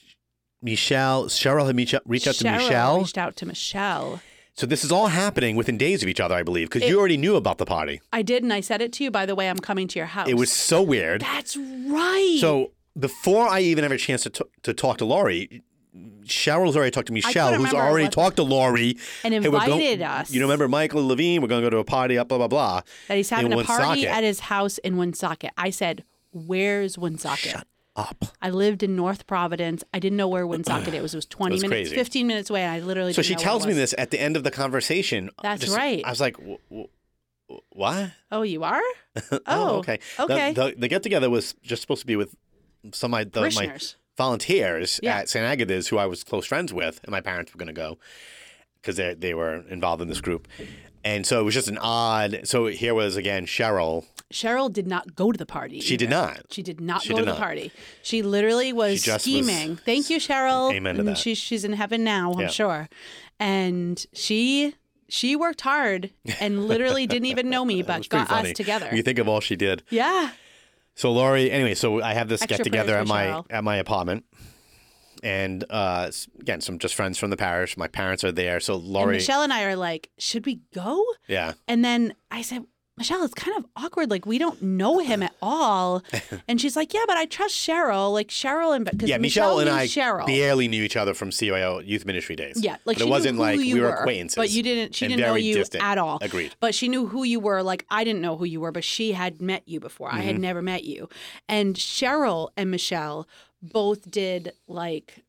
S2: Michelle, Cheryl had reach- reached out to
S1: Cheryl
S2: Michelle.
S1: reached out to Michelle.
S2: So this is all happening within days of each other, I believe, because you already knew about the party.
S1: I did, and I said it to you. By the way, I'm coming to your house.
S2: It was so weird.
S1: That's right.
S2: So before I even have a chance to, t- to talk to Laurie, Cheryl's already talked to Michelle, who's
S1: remember
S2: already
S1: what-
S2: talked to Laurie
S1: and
S2: Hey, we're go-
S1: invited us.
S2: You remember Michael Levine? We're gonna go to a party. Up, blah blah blah.
S1: that he's having
S2: in
S1: a party
S2: Woonsocket.
S1: at his house in Woonsocket. I said, "Where's Woonsocket?"
S2: Up.
S1: I lived in North Providence. I didn't know where Woonsocket it was. It was twenty
S2: That's
S1: minutes,
S2: crazy.
S1: fifteen minutes away, and I literally.
S2: So
S1: didn't
S2: she
S1: know where it
S2: tells me
S1: was.
S2: this at the end of the conversation.
S1: That's right.
S2: I was like, w- w- w- what?
S1: Oh, you are? Oh,
S2: okay.
S1: okay.
S2: The, the, the get together was just supposed to be with some of my, the, my
S1: Parishioners.
S2: volunteers
S1: Yeah.
S2: at St. Agatha's who I was close friends with, and my parents were going to go because they they were involved in this group. And so it was just an odd. So here was again Cheryl.
S1: Cheryl did not go to the party.
S2: She did
S1: either.
S2: not.
S1: She did not
S2: She
S1: go
S2: did
S1: to the
S2: not.
S1: party. She literally was
S2: She just was-
S1: scheming. Thank you, Cheryl.
S2: Amen to
S1: And
S2: that.
S1: She, she's in heaven now, I'm
S2: Yeah.
S1: sure. And she she worked hard and literally didn't even know me,
S2: It's
S1: but
S2: pretty
S1: got us
S2: funny.
S1: together.
S2: You think of all she did.
S1: yeah.
S2: So Laurie, anyway, so I have this
S1: Extra
S2: get together
S1: prayers
S2: at
S1: for
S2: my
S1: Cheryl.
S2: at my apartment, and uh, s- again, some just friends from the parish. My parents are there, so
S1: And
S2: Laurie,
S1: Michelle and I are like, should we go?
S2: yeah,
S1: And then I said, Michelle, it's kind of awkward. Like we don't know him at all. And she's like, yeah, but I trust Cheryl. Like Cheryl and because
S2: yeah. Michelle, and
S1: knew
S2: I
S1: Cheryl.
S2: barely knew each other from CYO youth ministry days.
S1: Yeah, like
S2: but
S1: she
S2: it
S1: knew
S2: wasn't
S1: who
S2: like
S1: you
S2: we were acquaintances.
S1: but you didn't. She
S2: and
S1: didn't know
S2: very
S1: you
S2: distant.
S1: at all.
S2: Agreed.
S1: But she knew who you were. Like I didn't know who you were, but she had met you before. I
S2: Mm-hmm.
S1: had never met you. And Cheryl and Michelle both did like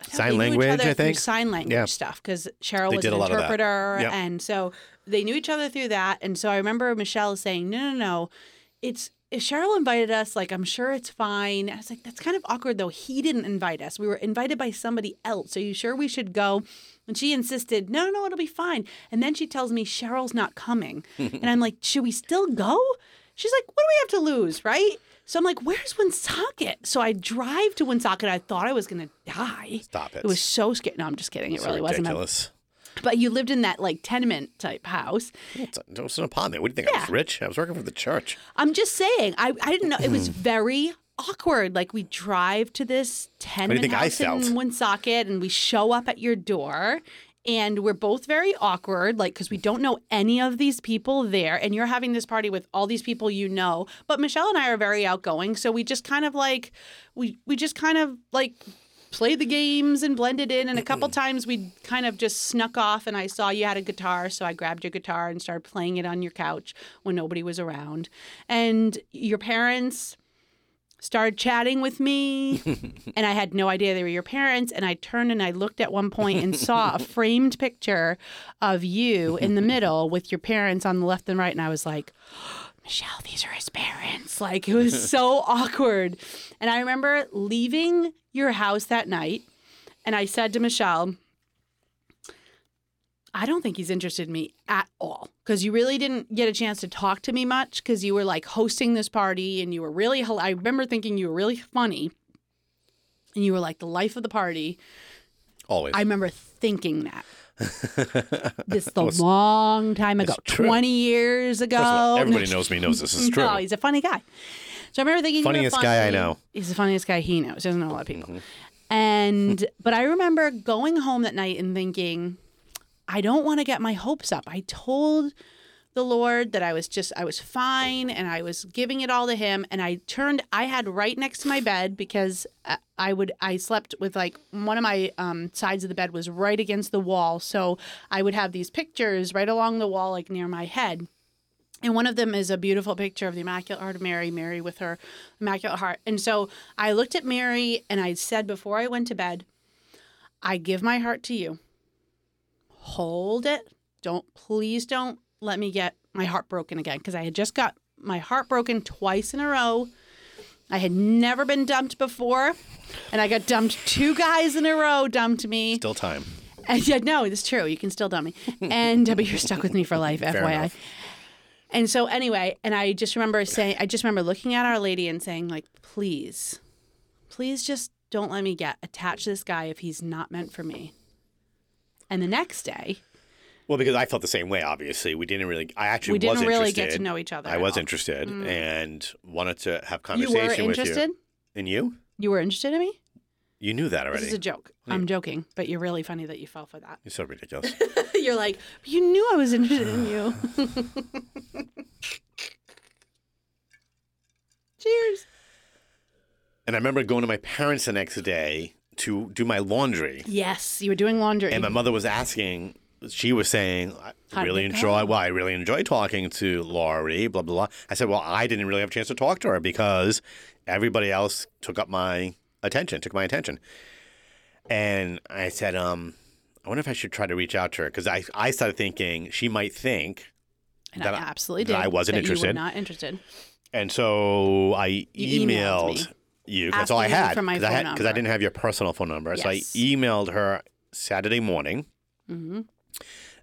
S1: I thought
S2: Sign
S1: they knew each
S2: language,
S1: other
S2: I
S1: through
S2: think.
S1: sign language
S2: Yeah.
S1: stuff because Cheryl
S2: They
S1: was
S2: did
S1: an
S2: a lot of that.
S1: interpreter,
S2: Yep.
S1: and so they knew each other through that. And so I remember Michelle saying, "No, no, no, it's." If Cheryl invited us, like I'm sure it's fine. I was like, that's kind of awkward though. He didn't invite us. We were invited by somebody else. Are you sure we should go? And she insisted, no, no, no, it'll be fine. And then she tells me Cheryl's not coming. and I'm like, should we still go? She's like, what do we have to lose, right? So I'm like, where's Woonsocket? So I drive to Woonsocket. I thought I was gonna die.
S2: Stop it.
S1: It was so scary. No, I'm just kidding. It
S2: so
S1: really wasn't.
S2: ridiculous.
S1: But you lived in that like tenement type house.
S2: It's, a- it was an apartment. What do you think? I was rich. I was working for the church.
S1: I'm just saying. I, I didn't know. It
S2: Hmm.
S1: was very awkward. Like we drive to this tenement
S2: think I
S1: house
S2: felt?
S1: in Woonsocket, and we show up at your door. And we're both very awkward, like, because we don't know any of these people there. And you're having this party with all these people you know. But Michelle and I are very outgoing. So we just kind of like, we, we just kind of like played the games and blended in. And a couple times we kind of just snuck off. And I saw you had a guitar, so I grabbed your guitar and started playing it on your couch when nobody was around. And your parents started chatting with me, and I had no idea they were your parents. And I turned and I looked at one point and saw a framed picture of you in the middle with your parents on the left and right. And I was like, Michelle, these are his parents. Like it was so awkward. And I remember leaving your house that night and I said to Michelle, I don't think he's interested in me at all because you really didn't get a chance to talk to me much because you were like hosting this party and you were really, hel- I remember thinking you were really funny and you were like the life of the party.
S2: Always.
S1: I remember thinking that. this is a long time ago,
S2: true.
S1: 20 years ago.
S2: First of all, everybody knows me. Knows this is true.
S1: No, Oh, he's a funny guy. So I remember thinking, you were
S2: Funniest
S1: funny.
S2: guy I know. Mm-hmm.
S1: He's the funniest guy he knows. He doesn't know a lot of people. And but I remember going home that night and thinking, I don't want to get my hopes up. I told the Lord that I was just I was fine and I was giving it all to Him. And I turned. I had right next to my bed because uh, I would I slept with like one of my um, sides of the bed was right against the wall, so I would have these pictures right along the wall, like near my head. And one of them is a beautiful picture of the Immaculate Heart of Mary, Mary with her Immaculate Heart. And so I looked at Mary and I said before I went to bed, I give my heart to you. Hold it. Don't, please don't let me get my heart broken again because I had just got my heart broken twice in a row. I had never been dumped before, and I got dumped. Two guys in a row dumped me.
S2: Still time.
S1: And yeah, no, it's true. You can still dump me. And uh, but you're stuck with me for life, FYI.
S2: enough.
S1: And so anyway, and I just remember saying, I just remember looking at Our Lady and saying, like, please, please just don't let me get attached to this guy if he's not meant for me. And the next day,
S2: Well, because I felt the same way. Obviously, we didn't really. I actually
S1: we didn't
S2: was
S1: really
S2: interested.
S1: get to know each other.
S2: I
S1: at
S2: was
S1: all. Mm.
S2: interested and wanted to have
S1: You
S2: conversation
S1: were
S2: with
S1: interested.
S2: you. And you,
S1: You were interested in me.
S2: you knew that already.
S1: This is a joke. I'm joking, but you're really funny that you fell for that.
S2: You're so ridiculous.
S1: you're like, you knew I was interested in you. Cheers.
S2: and I remember going to my parents the next day to do my laundry,
S1: Yes, you were doing laundry.
S2: and my mother was asking. She was saying, "I
S1: How'd
S2: really
S1: it go?"
S2: enjoy. Well, I really enjoy talking to Laurie." Blah blah blah. I said, "Well, I didn't really have a chance to talk to her because everybody else took up my attention, took my attention." And I said, "Um, I wonder if I should try to reach out to her because I I started thinking she might think
S1: and
S2: that
S1: I
S2: I-
S1: absolutely did.
S2: that I wasn't
S1: that You
S2: interested.
S1: were not interested.
S2: And so I
S1: You emailed
S2: emailed,
S1: me.
S2: you. That's all I
S1: Asking you
S2: had
S1: for my
S2: because I,
S1: phone
S2: had- 'cause I
S1: number.
S2: didn't have your personal phone number. So I
S1: Yes.
S2: emailed her Saturday morning,
S1: hmm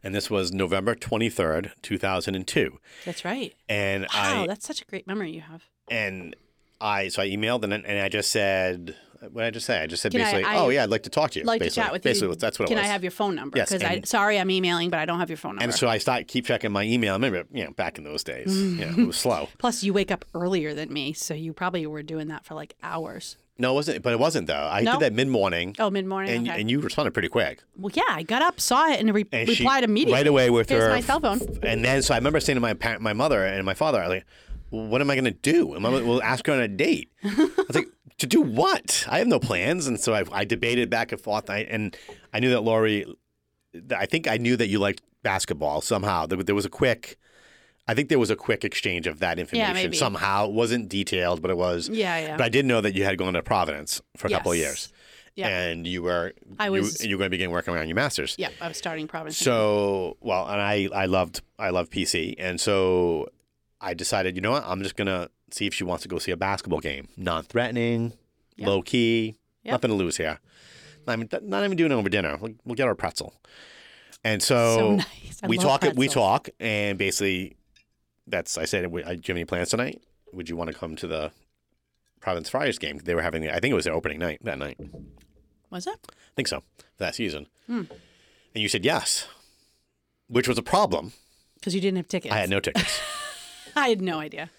S2: and this was November twenty third, two thousand and two.
S1: That's right.
S2: And
S1: Wow,
S2: I
S1: that's such a great memory you have.
S2: and I so I emailed and then- and I just said what did I just say? I just said
S1: Can I-
S2: basically,
S1: I-
S2: oh yeah, I'd like to talk to you.
S1: Like
S2: basically.
S1: to chat with
S2: basically,
S1: you.
S2: that's what
S1: Can
S2: it was.
S1: I have your phone number?
S2: Yes,
S1: Because I
S2: and-
S1: sorry, I'm emailing, but I don't have your phone number.
S2: and so I start keep checking my email. I remember, you know, back in those days, you know, it was slow.
S1: Plus, you wake up earlier than me, so you probably were doing that for like hours.
S2: No, it wasn't, but it wasn't though. I
S1: No?
S2: did that mid morning,
S1: Oh, mid morning.
S2: and
S1: Okay.
S2: and you responded pretty quick.
S1: well, yeah, I got up, saw it, and, re-
S2: And she-
S1: replied immediately.
S2: right away with
S1: Here's
S2: her
S1: my cell phone.
S2: And then, so I remember saying to my pa- my mother and my father, I was like, "What am I going to do? Am I will ask her on a date?" I was like, "To do what? I have no plans." And so I, I debated back and forth. I, and I knew that Lori, I think I knew that you liked basketball somehow. There, there was a quick, I think there was a quick exchange of that information
S1: maybe.
S2: somehow. It wasn't detailed, but it was.
S1: Yeah, yeah.
S2: But I did know that you had gone to Providence for a couple of
S1: Yes.
S2: years,
S1: Yeah.
S2: and you were
S1: I
S2: you-
S1: was-
S2: you, were going to begin working on your master's.
S1: Yeah, I was starting Providence.
S2: So well, and I I loved I love PC, and so I decided, you know what, I'm just gonna see if she wants to go see a basketball game, non-threatening,
S1: Yeah.
S2: low key,
S1: Yeah.
S2: nothing to lose here. I mean, th- not even doing it over dinner. We'll, we'll get our pretzel, and so,
S1: so nice. I
S2: we
S1: love
S2: talk. We
S1: pretzels.
S2: talk, and basically, that's I said. "W- I- Do you have any plans tonight? Would you want to come to the Providence Friars game? They were having. The, I think it was their opening night that night.
S1: Was it?
S2: I think so. For that season.
S1: Hmm.
S2: And you said yes, which was a problem.
S1: Because you didn't have tickets.
S2: I had no tickets.
S1: I had no idea.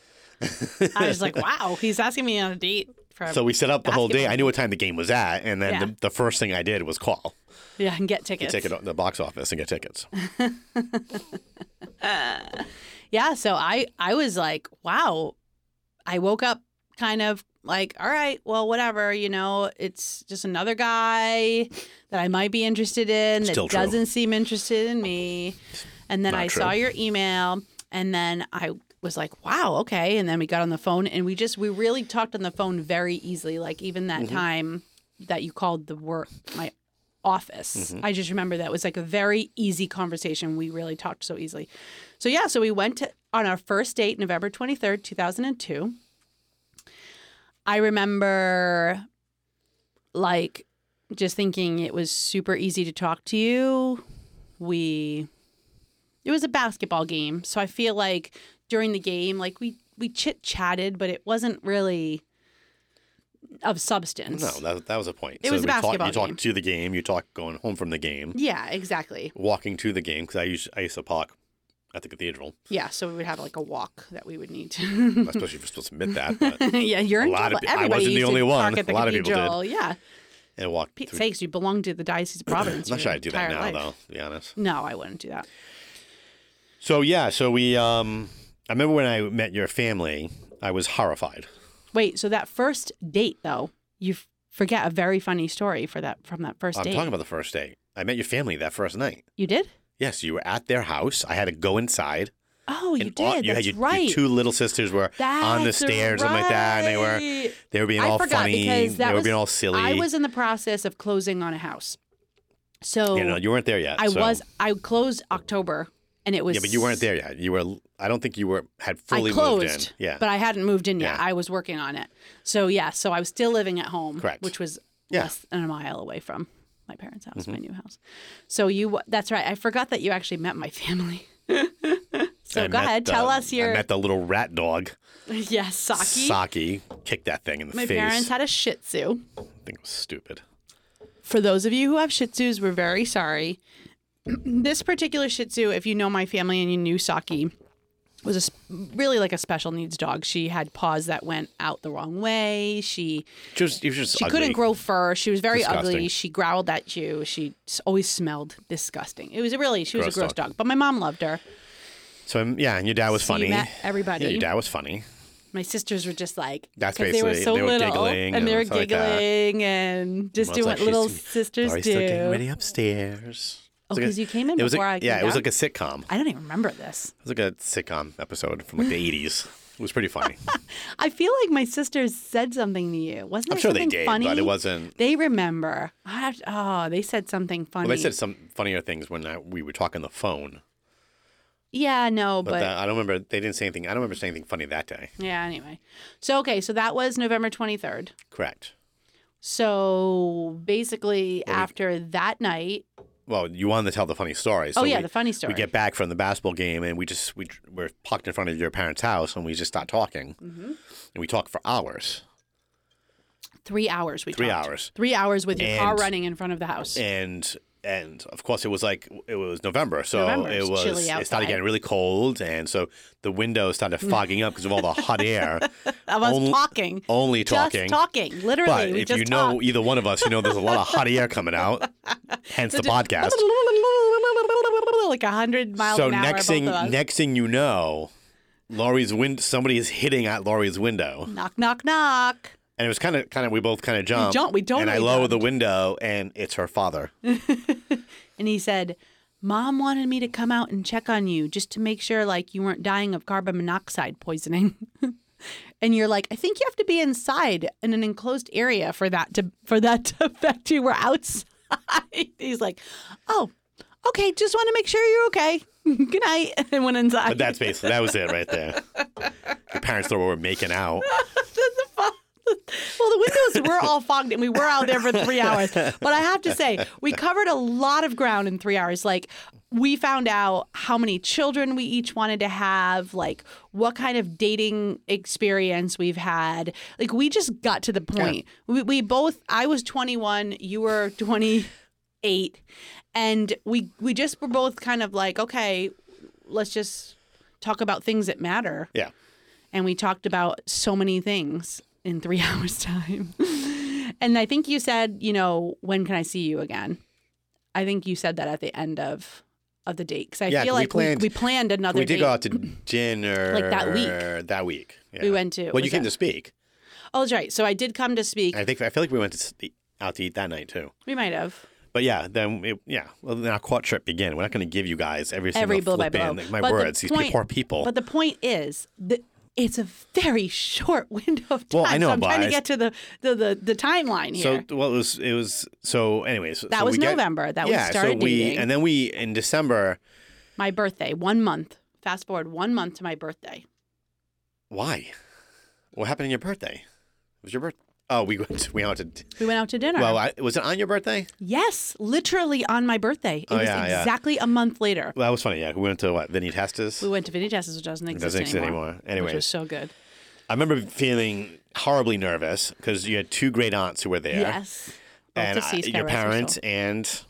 S1: I was like, wow, he's asking me on a date. For,
S2: so we set up the whole day.
S1: Basketball.
S2: I knew what time the game was at. And then
S1: Yeah.
S2: the, the first thing I did was call
S1: yeah, I can get
S2: the,
S1: tickets.
S2: ticket, the box office and get tickets.
S1: Yeah, so I I was like, wow. I woke up kind of like, all right, well, whatever, you know, it's just another guy that I might be interested in that
S2: Still true.
S1: doesn't seem interested in me. And then
S2: Not
S1: I
S2: true.
S1: saw your email and then I was like, wow, okay. And then we got on the phone and we just we really talked on the phone very easily. Like even that
S2: Mm-hmm.
S1: time that you called the work my office.
S2: Mm-hmm.
S1: I just remember that was like a very easy conversation. We really talked so easily. So yeah, so we went to, on our first date, November twenty third, two thousand and two. I remember, like, just thinking it was super easy to talk to you. We, it was a basketball game, so I feel like during the game, like we we chit chatted, but it wasn't really of substance.
S2: No, that, that was a point.
S1: It
S2: so
S1: was a
S2: we talked-
S1: basketball
S2: You talked
S1: game.
S2: to the game. You talked going home from the game,
S1: Yeah, exactly.
S2: walking to the game, because I used, I used to park at the cathedral.
S1: Yeah, so we would have like a walk that we would need. to-
S2: I suppose you're supposed to admit that. But,
S1: yeah, you're
S2: A
S1: in
S2: lot of
S1: trouble.
S2: pe- I
S1: Everybody
S2: wasn't the
S1: used to
S2: only
S1: park
S2: one.
S1: At the
S2: A lot of people did.
S1: cathedral. Yeah.
S2: and walked
S1: Pete's
S2: through.
S1: sakes, you belong to the Diocese of Providence.
S2: I'm
S1: your
S2: not sure I'd do that
S1: entire
S2: now,
S1: life.
S2: though, to be honest.
S1: No, I wouldn't do that.
S2: So, yeah, so we, um, I remember when I met your family, I was horrified.
S1: Wait, so that first date though, you f- forget a very funny story for that from that 1st
S2: I'm
S1: date.
S2: talking about the first date. I met your family that first night.
S1: you did?
S2: Yes, you were at their house. I had to go inside.
S1: Oh, you
S2: and
S1: did.
S2: all-
S1: That's
S2: you had your, your
S1: right.
S2: two little sisters were on the
S1: That's
S2: stairs, something like that, and they were
S1: right.
S2: they were being
S1: I
S2: all
S1: forgot
S2: funny.
S1: because that
S2: they were
S1: was-
S2: being all silly.
S1: I was in the process of closing on a house, so
S2: you know, you weren't there yet.
S1: I
S2: so
S1: was. I closed October. and it was
S2: yeah, but you weren't there yet. You were. I don't think you were had fully
S1: I closed,
S2: moved in. Yeah,
S1: but I hadn't moved in yet.
S2: Yeah.
S1: I was working on it. So yeah, so I was still living at home,
S2: Correct.
S1: which was
S2: Yeah. Mm-hmm.
S1: less than a mile away from my parents' house, my new house. So you, that's right. I forgot that you actually met my family. so
S2: I
S1: go
S2: met
S1: ahead,
S2: the-
S1: tell us
S2: I
S1: your
S2: met the little rat dog
S1: yes, Saki.
S2: Saki. Kicked that thing in the
S1: my
S2: face.
S1: parents had a Shih Tzu.
S2: I think it was stupid.
S1: For those of you who have Shih Tzus, we're very sorry. this particular Shih Tzu, if you know my family and you knew Saki, was a, sp- really like a special needs dog. She had paws that went out the wrong way. She
S2: She was, she was just
S1: She
S2: ugly.
S1: couldn't grow fur. She was very
S2: Disgusting.
S1: ugly. She growled at you. She s- always smelled disgusting. It was really she was
S2: Gross
S1: a gross dog. But my mom loved her.
S2: So um, yeah, and your dad was
S1: So you
S2: funny.
S1: met everybody.
S2: Yeah, your dad was funny.
S1: My sisters were just like
S2: That's
S1: 'cause they were
S2: basically-
S1: so
S2: they were
S1: little
S2: giggling
S1: and they
S2: and
S1: were
S2: stuff like that.
S1: giggling and just
S2: Mom's
S1: doing
S2: like,
S1: what little
S2: "She's-
S1: sisters
S2: Laurie's
S1: do.
S2: still getting ready upstairs.
S1: Oh,
S2: It was like a-
S1: 'cause you came in
S2: it was
S1: before
S2: like,
S1: I came
S2: Yeah, it was
S1: down?
S2: like a sitcom.
S1: I don't even remember this.
S2: It was like a sitcom episode from like the eighties. It was pretty funny.
S1: I feel like my sisters said something to you. Wasn't
S2: I'm
S1: there
S2: sure they
S1: something
S2: did,
S1: funny?
S2: but it wasn't.
S1: They remember. I have to- oh, they said something funny.
S2: Well, they said some funnier things when I, we were talking on the phone,
S1: yeah, no,
S2: but, that- I don't remember. They didn't say anything. I don't remember saying anything funny that day.
S1: yeah. Anyway, so okay, so that was November twenty third.
S2: Correct.
S1: So basically, after that night,
S2: Well, you wanted to tell the funny story. So
S1: oh yeah,
S2: we,
S1: the funny story.
S2: We get back from the basketball game, and we just we we're parked in front of your parents' house, and we just start talking,
S1: Mm-hmm.
S2: and we talk for hours.
S1: three hours. We
S2: Three
S1: talked.
S2: hours.
S1: Three hours with your car
S2: And-
S1: running in front of the house.
S2: and and of course it was like it was November, so
S1: November, it's
S2: it was
S1: chilly
S2: it
S1: outside.
S2: started getting really cold, and so the windows started fogging up because of all the hot air.
S1: of us
S2: only-
S1: talking,
S2: Only
S1: just
S2: talking,
S1: talking, literally.
S2: but
S1: we
S2: if
S1: just
S2: you know either one of us, you know there's a lot of hot air coming out. Hence the podcast.
S1: talked. like a hundred miles
S2: So
S1: an hour. both
S2: next thing,
S1: of us.
S2: next thing you know, Laurie's win. Somebody is hitting at Laurie's window,
S1: knock, knock, knock.
S2: and it was kind of, kind of. We both kind of jumped.
S1: jumped- we
S2: And I
S1: totally
S2: lower the
S1: jumped.
S2: window, and it's her father.
S1: And he said, "Mom wanted me to come out and check on you just to make sure, like, you weren't dying of carbon monoxide poisoning." and you're like, "I think you have to be inside in an enclosed area for that to for that to affect you. We're outside." He's like, "Oh, okay. Just want to make sure you're okay. Good night." And went inside.
S2: But that's basically that was it right there. Your parents thought we were making out.
S1: Well, the windows were all fogged and we were out there for three hours. But I have to say, we covered a lot of ground in three hours. Like, we found out how many children we each wanted to have, like, what kind of dating experience we've had. Like, we just got to the point. We, we both, I was 21, you were 28. And we, we just were both kind of like, okay, let's just talk about things that matter
S2: Yeah.
S1: and we talked about so many things in three hours time and i think you said you know when can i see you again i think you said that at the end of of the date because i
S2: Yeah,
S1: feel
S2: 'cause we
S1: like
S2: planned-
S1: we, we planned another
S2: we did
S1: date
S2: go out to dinner
S1: Like that week.
S2: That week, yeah.
S1: we went to
S2: Well, you
S1: was
S2: came
S1: that-
S2: to speak.
S1: oh that's right so i did come to speak
S2: I think I feel like we went to s- eat- out to eat that night too.
S1: we might have
S2: But yeah, then it, yeah, well, then our quad trip began. We're not going to give you guys every single
S1: Every blow by
S2: flipping-
S1: blow.
S2: like, my
S1: But the
S2: words, these
S1: point-
S2: poor people.
S1: but the point is that it's a very short window of time
S2: Well, I know,
S1: so i'm
S2: but
S1: trying to
S2: I-
S1: get to the the the, the timeline here
S2: so well, it was it was so. Anyways,
S1: that
S2: so
S1: was
S2: we get-
S1: november that
S2: yeah,
S1: we started
S2: so we
S1: dating
S2: and then we in December.
S1: my birthday one month fast forward one month to my birthday
S2: Why? What happened on your birthday? It was your birthday? Oh, we went. We went to.
S1: We went out to dinner.
S2: Well, I, was it on your birthday?
S1: yes, literally on my birthday. It
S2: Oh,
S1: was
S2: yeah, yeah.
S1: exactly a month later.
S2: Well, that was funny. Yeah, we went to what? Vinny Testa's.
S1: We went to Vinny Tessa's, which doesn't exist,
S2: doesn't exist
S1: anymore.
S2: anymore. Anyways,
S1: Which was so good.
S2: I remember feeling horribly nervous because you had two great aunts who were there,
S1: Yes. Both
S2: and I,
S1: deceased, God
S2: your
S1: rest her
S2: parents
S1: soul.
S2: and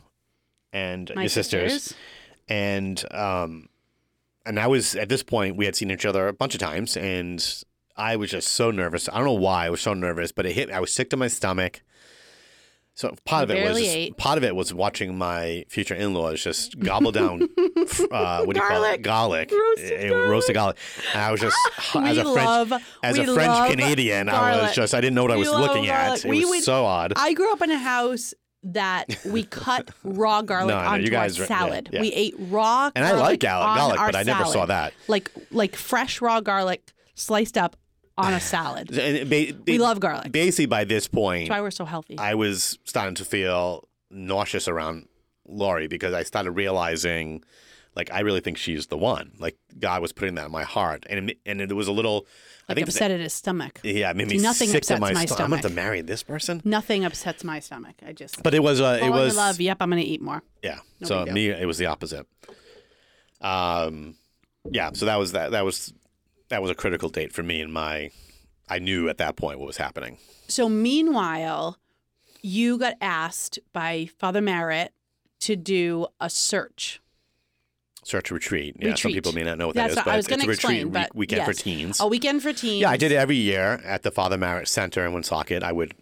S2: and
S1: My
S2: your sisters. and um, and I was at this point we had seen each other a bunch of times, and I was just so nervous. I don't know why I was so nervous, but it hit. I was sick to my stomach. So part of
S1: You
S2: it was
S1: barely
S2: just-
S1: ate.
S2: part of it was watching my future in laws just gobble down uh, what do you call
S1: Garlic.
S2: it garlic
S1: Roasted
S2: Eh, eh, roasted garlic. And I was just
S1: We
S2: Uh, as a French
S1: love
S2: as
S1: we
S2: a French
S1: love
S2: Canadian, I was
S1: garlic.
S2: just I didn't know what I
S1: We
S2: was
S1: love
S2: looking
S1: garlic.
S2: at. It
S1: We
S2: was
S1: would-
S2: so odd.
S1: I grew up in a house that we cut raw garlic
S2: No, I know, you
S1: onto
S2: guys
S1: our
S2: are- yeah,
S1: salad.
S2: yeah.
S1: We ate raw
S2: and I
S1: garlic
S2: like garlic,
S1: on
S2: garlic
S1: our
S2: but I never saw
S1: salad.
S2: that.
S1: Like like fresh raw garlic sliced up on a salad.
S2: And it ba-
S1: we
S2: it-
S1: love garlic.
S2: Basically, by this point,
S1: That's why we're so healthy.
S2: I was starting to feel nauseous around Laurie because I started realizing like I really think she's the one. Like God was putting that in my heart, and it, and it was a little. I
S1: Like
S2: think
S1: upset at his stomach.
S2: yeah, it made me
S1: Nothing
S2: sick to
S1: upsets
S2: my,
S1: my
S2: stomach. I'm gonna have to
S1: stomach.
S2: marry this person.
S1: Nothing upsets my stomach. I just
S2: But it was uh, it
S1: fall in
S2: was
S1: love. Yep, I'm gonna eat more.
S2: yeah.
S1: No big
S2: so
S1: deal.
S2: me, it was the opposite. Um, yeah. So that was that. That was that was a critical date for me and my. I knew at that point what was happening.
S1: So meanwhile, you got asked by Father Merritt to do a search.
S2: Search retreat. Yeah, some
S1: Retreat.
S2: people may not know what
S1: That's
S2: that is,
S1: what I
S2: but
S1: was
S2: it's
S1: gonna
S2: a retreat
S1: explain,
S2: week-
S1: but
S2: weekend for
S1: yes. Oh.
S2: teens.
S1: A weekend for teens.
S2: Yeah, I did it every year at the Father Marriott Center in Woonsocket. I would,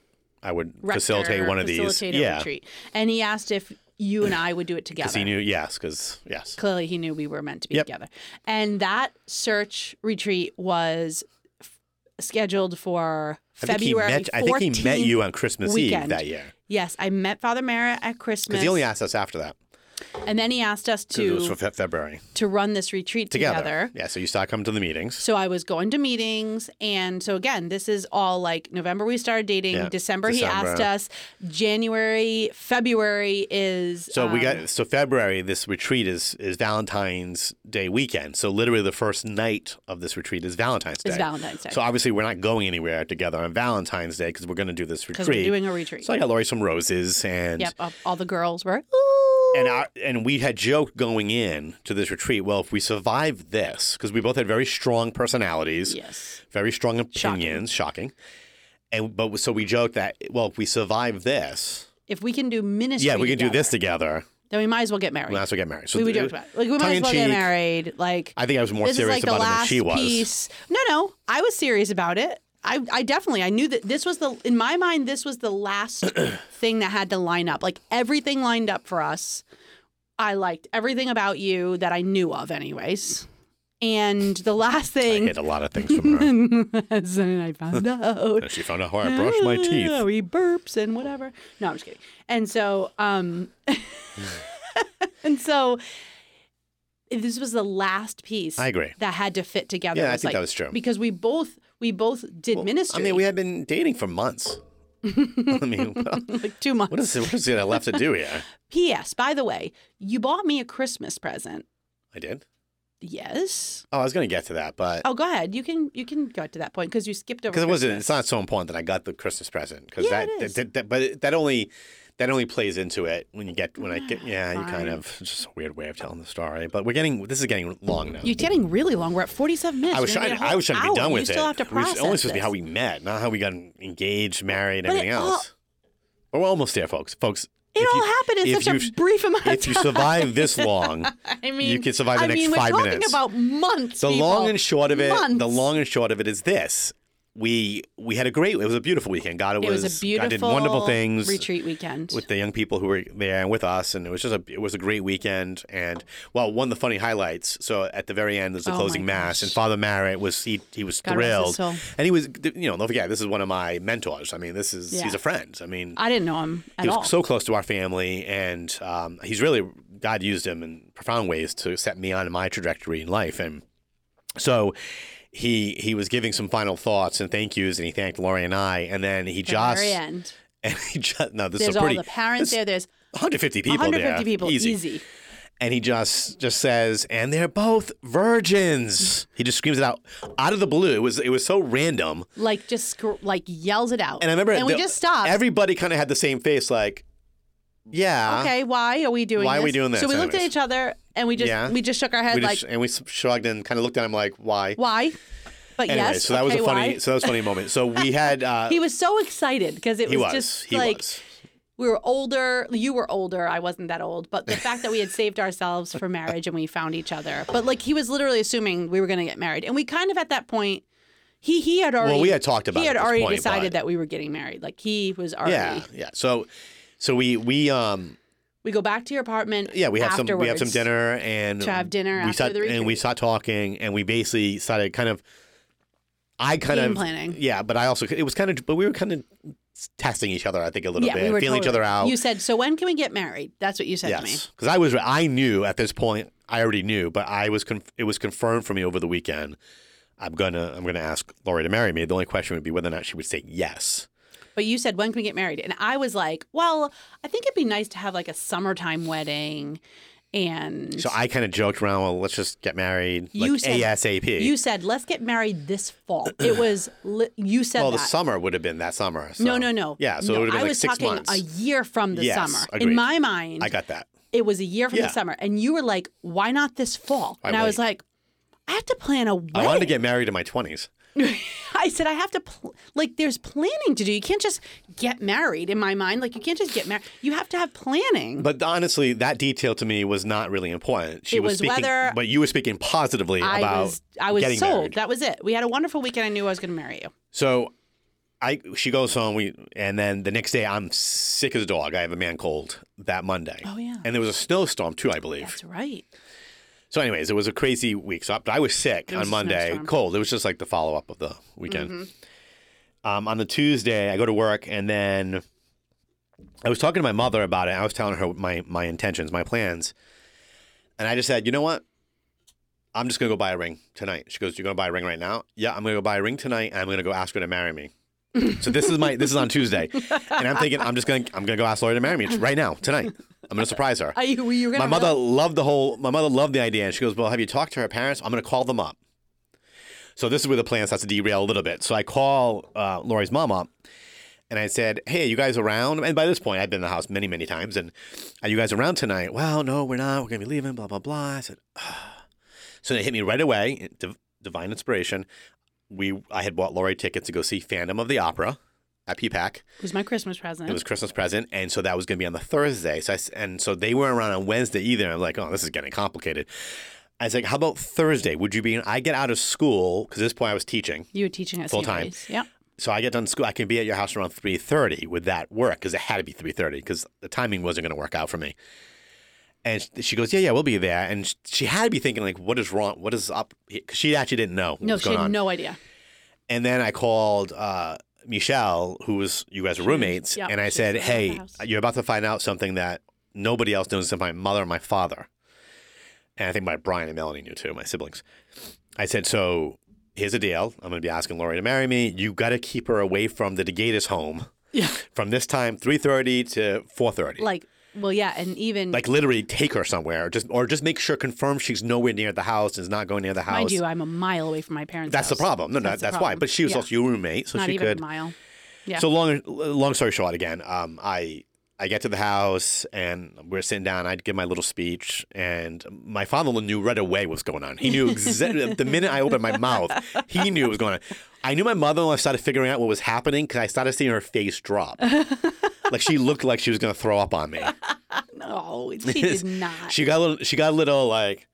S2: I would
S1: Rector
S2: facilitate one of these.
S1: facilitated
S2: Yeah,
S1: retreat. And he asked if you and I would do it together.
S2: because he knew. Yes, because yes,
S1: Clearly, he knew we were meant to be
S2: Yep.
S1: together. And that search retreat was f- scheduled for
S2: I think he
S1: February.
S2: met. I think he met
S1: 14th.
S2: you on Christmas Eve
S1: weekend.
S2: that year
S1: Yes, I met Father Merritt at Christmas.
S2: because he only asked us after that
S1: and then he asked us
S2: because it was for
S1: to
S2: Fe- February
S1: to run this retreat
S2: together.
S1: together.
S2: Yeah, so you started coming to the meetings.
S1: So I was going to meetings, and so again, this is all like November we started dating.
S2: Yeah,
S1: December,
S2: December.
S1: he asked us. January, February is
S2: So we
S1: um,
S2: got so February. This retreat is is Valentine's Day weekend. So literally the first night of this retreat is Valentine's Day.
S1: is Valentine's Day
S2: So obviously we're not going anywhere together on Valentine's Day because we're going to do this
S1: because
S2: retreat.
S1: we're doing a retreat.
S2: so I got Lori some roses and
S1: yep, all- all the girls were.
S2: and our, and we had joked going in to this retreat. Well, if we survive this, because we both had very strong personalities,
S1: Yes.
S2: very strong opinions, shocking. And but so we joked that well, if we survive this,
S1: If we can do ministry,
S2: yeah, we can do
S1: together,
S2: this together.
S1: Then we might as well get married.
S2: We might as well get married. So
S1: we would
S2: th-
S1: joke about it. like we might as well
S2: tongue-in-cheek.
S1: get married. Like
S2: I think I was more
S1: this is
S2: serious
S1: like the
S2: about it
S1: last
S2: than she was.
S1: piece. No, no, I was serious about it. I, I definitely I knew that this was the in my mind this was the last thing that had to line up. Like everything lined up for us. I liked everything about you that I knew of, anyways. And the last
S2: I
S1: thing,
S2: hid a lot of things from her.
S1: and I found out.
S2: And she found out how I brushed my teeth.
S1: Oh, he burps and whatever. No, I'm just kidding. And so, um, and so this was the last piece
S2: I agree.
S1: that had to fit together.
S2: Yeah,
S1: It
S2: I think
S1: like-
S2: that was true.
S1: Because we both, we both did ministry.
S2: I mean, we had been dating for months. I mean,
S1: like two months.
S2: what is what is it left to do here?
S1: P.S. By the way, you bought me a Christmas present.
S2: I did.
S1: Yes.
S2: Oh, I was going to get to that, but
S1: Oh, go ahead. You can, you can go to that point because you skipped over.
S2: because it wasn't it's
S1: Christmas.
S2: not so important that I got the Christmas present because
S1: Yeah,
S2: that,
S1: it
S2: that,
S1: is.
S2: that, that- but it- that only that only plays into it when you get when I get yeah you
S1: Fine.
S2: kind of it's just a weird way of telling the story but we're getting this is getting long now.
S1: You're getting really long. We're at 47 minutes.
S2: I was
S1: You're gonna
S2: trying.
S1: get a
S2: I was trying to
S1: whole
S2: be done
S1: hour.
S2: with
S1: you
S2: it.
S1: still have to process
S2: it was only supposed to be
S1: this.
S2: how we met, not how we got engaged, married, and
S1: But it
S2: everything
S1: all-
S2: else. But we're almost there, folks. Folks,
S1: It
S2: if
S1: all
S2: you-
S1: happened in
S2: if
S1: such
S2: you-
S1: a brief amount of
S2: If you
S1: time.
S2: survive this long,
S1: I mean,
S2: can survive the
S1: I
S2: next
S1: mean,
S2: five
S1: we're
S2: minutes.
S1: Talking about months.
S2: the
S1: people.
S2: long and short of it,
S1: Months.
S2: the long and short of it is this: we we had a great. It was a beautiful weekend. God, it,
S1: It was, a beautiful,
S2: God did wonderful things.
S1: retreat weekend.
S2: with the young people who were there and with us, and it was just a it was a great weekend. And well, one of the funny highlights. So at the very end, there's the
S1: Oh
S2: closing
S1: my
S2: mass,
S1: gosh.
S2: and Father Marriott was he he was
S1: God rest his
S2: thrilled,
S1: soul.
S2: and he was you know don't forget this is one of my mentors. I mean, this is
S1: Yeah.
S2: he's a friend. I mean,
S1: I didn't know him at
S2: he was
S1: all.
S2: so close to our family, and um, he's really God used him in profound ways to set me on my trajectory in life, and so. He he was giving some final thoughts and thank yous, and he thanked Lori and I, and then he
S1: At the
S2: just
S1: very end.
S2: and he just no this
S1: There's
S2: is a pretty
S1: all the parents
S2: this-
S1: there. There's
S2: 150 people
S1: 150
S2: there.
S1: people.
S2: Easy. And he just just says, and they're both virgins. He just screams it out out of the blue. It was it was so random.
S1: Like just scr- like yells it out.
S2: And I remember
S1: And we
S2: the-
S1: just stopped.
S2: Everybody kind of had the same face, like, yeah.
S1: okay, why are we doing?
S2: uh, Why are
S1: this?
S2: we doing this
S1: So we looked at
S2: anyways?
S1: each other and we just
S2: Yeah.
S1: we just shook our head
S2: We
S1: like
S2: just, and we shrugged and kind of looked at him like, why?
S1: why? But
S2: anyway,
S1: yes.
S2: so that was
S1: okay,
S2: a funny.
S1: why?
S2: So that was a funny moment. So we had. Uh,
S1: He was so excited because it
S2: he
S1: was,
S2: was.
S1: just
S2: he
S1: like
S2: was.
S1: we were older. You were older. I wasn't that old. But the fact that we had saved ourselves for marriage and we found each other. But like he was literally assuming we were going to get married, and we kind of at that point, he he had already
S2: Well, we had talked about.
S1: he
S2: it
S1: had
S2: at this
S1: already
S2: point,
S1: decided
S2: but-
S1: that we were getting married. Like he was already.
S2: Yeah, yeah. So, so we we um
S1: We go back to your apartment.
S2: Yeah, we have some we have some
S1: afterwards.
S2: dinner and
S1: To have dinner
S2: we
S1: after
S2: sat,
S1: the
S2: and we sat talking and we basically started kind of I kind
S1: Game
S2: of
S1: planning.
S2: Yeah, but I also it was kind of but we were kind of testing each other I think a little
S1: Yeah,
S2: bit,
S1: we were
S2: feeling each
S1: totally-
S2: other out.
S1: You said so. When can we get married? That's what you said to me.
S2: yes, because I was I knew at this point I already knew, but I was conf- it was confirmed for me over the weekend. I'm gonna I'm gonna ask Lori to marry me. The only question would be whether or not she would say yes.
S1: But you said, when can we get married? And I was like, well, I think it'd be nice to have like a summertime wedding. And
S2: So I kind of joked around, well, let's just get married like
S3: You said-
S2: ASAP.
S3: You said, let's get married this fall. It was, li- you said
S2: well, the
S3: that.
S2: summer would have been that summer. so-
S1: no, no, no.
S2: Yeah, so
S1: No,
S2: it would have been
S1: I
S2: like
S1: was
S2: six
S1: talking
S2: months.
S1: a year from the
S2: Yes,
S1: summer.
S2: agreed.
S1: In my mind,
S2: I got that.
S1: it was a year from
S2: Yeah.
S1: the summer, and you were like, "Why not this fall?"
S2: Why
S1: and I was
S2: wait?
S1: like, "I have to plan a wedding."
S2: I wanted to get married in my 20s.
S1: I said, "I have to pl- like." There's planning to do. You can't just get married. In my mind, like you can't just get married. You have to have planning.
S2: But honestly, that detail to me was not really important. She
S1: It
S2: was,
S1: was
S2: speaking,
S1: whether-
S2: but you were speaking positively
S1: I
S2: about
S1: was I was
S2: getting
S1: sold.
S2: married.
S1: That was it. We had a wonderful weekend. I knew I was going to marry you.
S2: So I she goes home we and then the next day I'm sick as a dog. I have a man cold that Monday.
S1: Oh, yeah.
S2: And there was a snowstorm too, I believe.
S1: That's right.
S2: So anyways, it was a crazy week. So I, I was sick
S1: There
S2: on
S1: was a
S2: Monday,
S1: snowstorm.
S2: cold. It was just like the follow up of the weekend. Um, on the Tuesday, I go to work and then I was talking to my mother about it. I was telling her my my intentions, my plans. And I just said, "You know what? I'm just going to go buy a ring tonight." She goes, "You're going to buy a ring right now?" "Yeah, I'm going to go buy a ring tonight and I'm going to go ask her to marry me." so this is my this is on Tuesday. And I'm thinking I'm just going to I'm going to go ask Lori to marry me right now, tonight. I'm going to surprise her
S1: Are you, were you
S2: my
S1: gonna
S2: mother loved the whole my mother loved the idea and she goes well have you talked to her parents i'm going to call them up so this is where the plan starts to derail a little bit so i call uh, lori's mom up and i said hey are you guys around and by this point i've been in the house many many times and are you guys around tonight well no we're not we're going to be leaving blah blah blah i said "Ah." so it hit me right away div- divine inspiration we i had bought lori tickets to go see phantom of the opera at ppac
S1: It was my Christmas present.
S2: it was Christmas present, and so that was going to be on the Thursday. So I s and so they weren't around on Wednesday either. I'm like, oh, this is getting complicated. I was like, how about Thursday? Would you be? I get out of school because this point I was teaching,
S1: you were teaching at
S2: Full
S1: St.
S2: time.
S1: Mary's. Yep.
S2: so I get done school. I can be at your house around three thirty. Would that work? Because it had to be three thirty because the timing wasn't going to work out for me. And sh- she goes, yeah, yeah, we'll be there. And sh- she had to be thinking like, what is wrong? What is up? Because she actually didn't know. What
S1: No,
S2: was
S1: she
S2: going
S1: had
S2: on.
S1: no idea.
S2: And then I called uh, Michelle, who was you guys were roommates,
S1: yeah,
S2: and I
S1: she
S2: said,
S1: was living at the
S2: "Hey,
S1: house.
S2: you're about to find out something that nobody else knows except my mother and my father." And I think my Brian and Melanie knew too, my siblings. I said, "So here's the deal. I'm going to be asking Lori to marry me. You got to keep her away from the DeGatis home
S1: Yeah.
S2: from this time, 3:30 to 4:30.
S1: Like, well, yeah, and even
S2: Like literally take her somewhere, or just or just make sure confirm she's nowhere near the house and is not going near the house.
S1: mind you, I'm a mile away from my parents.
S2: that's the
S1: house.
S2: problem. No, no, that's,
S1: the
S2: why.
S1: problem.
S2: But she was
S1: Yeah.
S2: also your roommate, so
S1: not
S2: she
S1: even
S2: could
S1: a mile. Yeah.
S2: So long, long story short, again, um, I I get to the house and we're sitting down. I'd give my little speech, and my father-in-law knew right away what was going on. He knew exactly the minute I opened my mouth, he knew what was going on. I knew my mother-in-law started figuring out what was happening because I started seeing her face drop. like she looked like she was going to throw up on me.
S1: no, she did not.
S2: She got a little, she got a little like,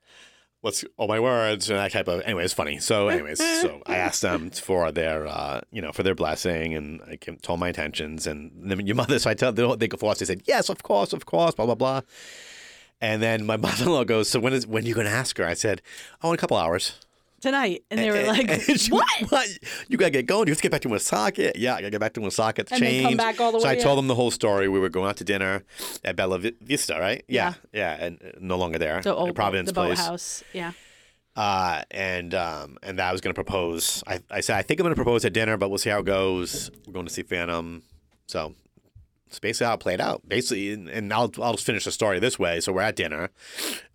S2: what's all my words and that type of. Anyway, it's funny. So, anyways, so I asked them for their, uh, you know, for their blessing, and I came, told my intentions, and then your mother. So I tell they all- they go for us. They said yes, of course, of course, blah blah blah. And then my mother-in-law goes, so when is when are you going to ask her? I said, oh, in a couple hours.
S1: Tonight, and they were like,
S2: And she
S1: "What?"
S2: went, You gotta get going. You have to get back to Woonsocket. Yeah, I gotta get back to Woonsocket.
S1: And then come
S2: change."
S1: back all the
S2: So
S1: way
S2: I told them the whole story. We were going out to dinner at Bella Vi- Vista, right? yeah, and uh, no longer there.
S1: The
S2: At
S1: old
S2: Providence
S1: the boat
S2: Place.
S1: house. Yeah.
S2: Uh, and um, and I was gonna propose. I, I said I think I'm gonna propose at dinner, but we'll see how it goes. We're going to see Phantom, so it's basically how it played out. Basically, and, and I'll I'll just finish the story this way. So we're at dinner.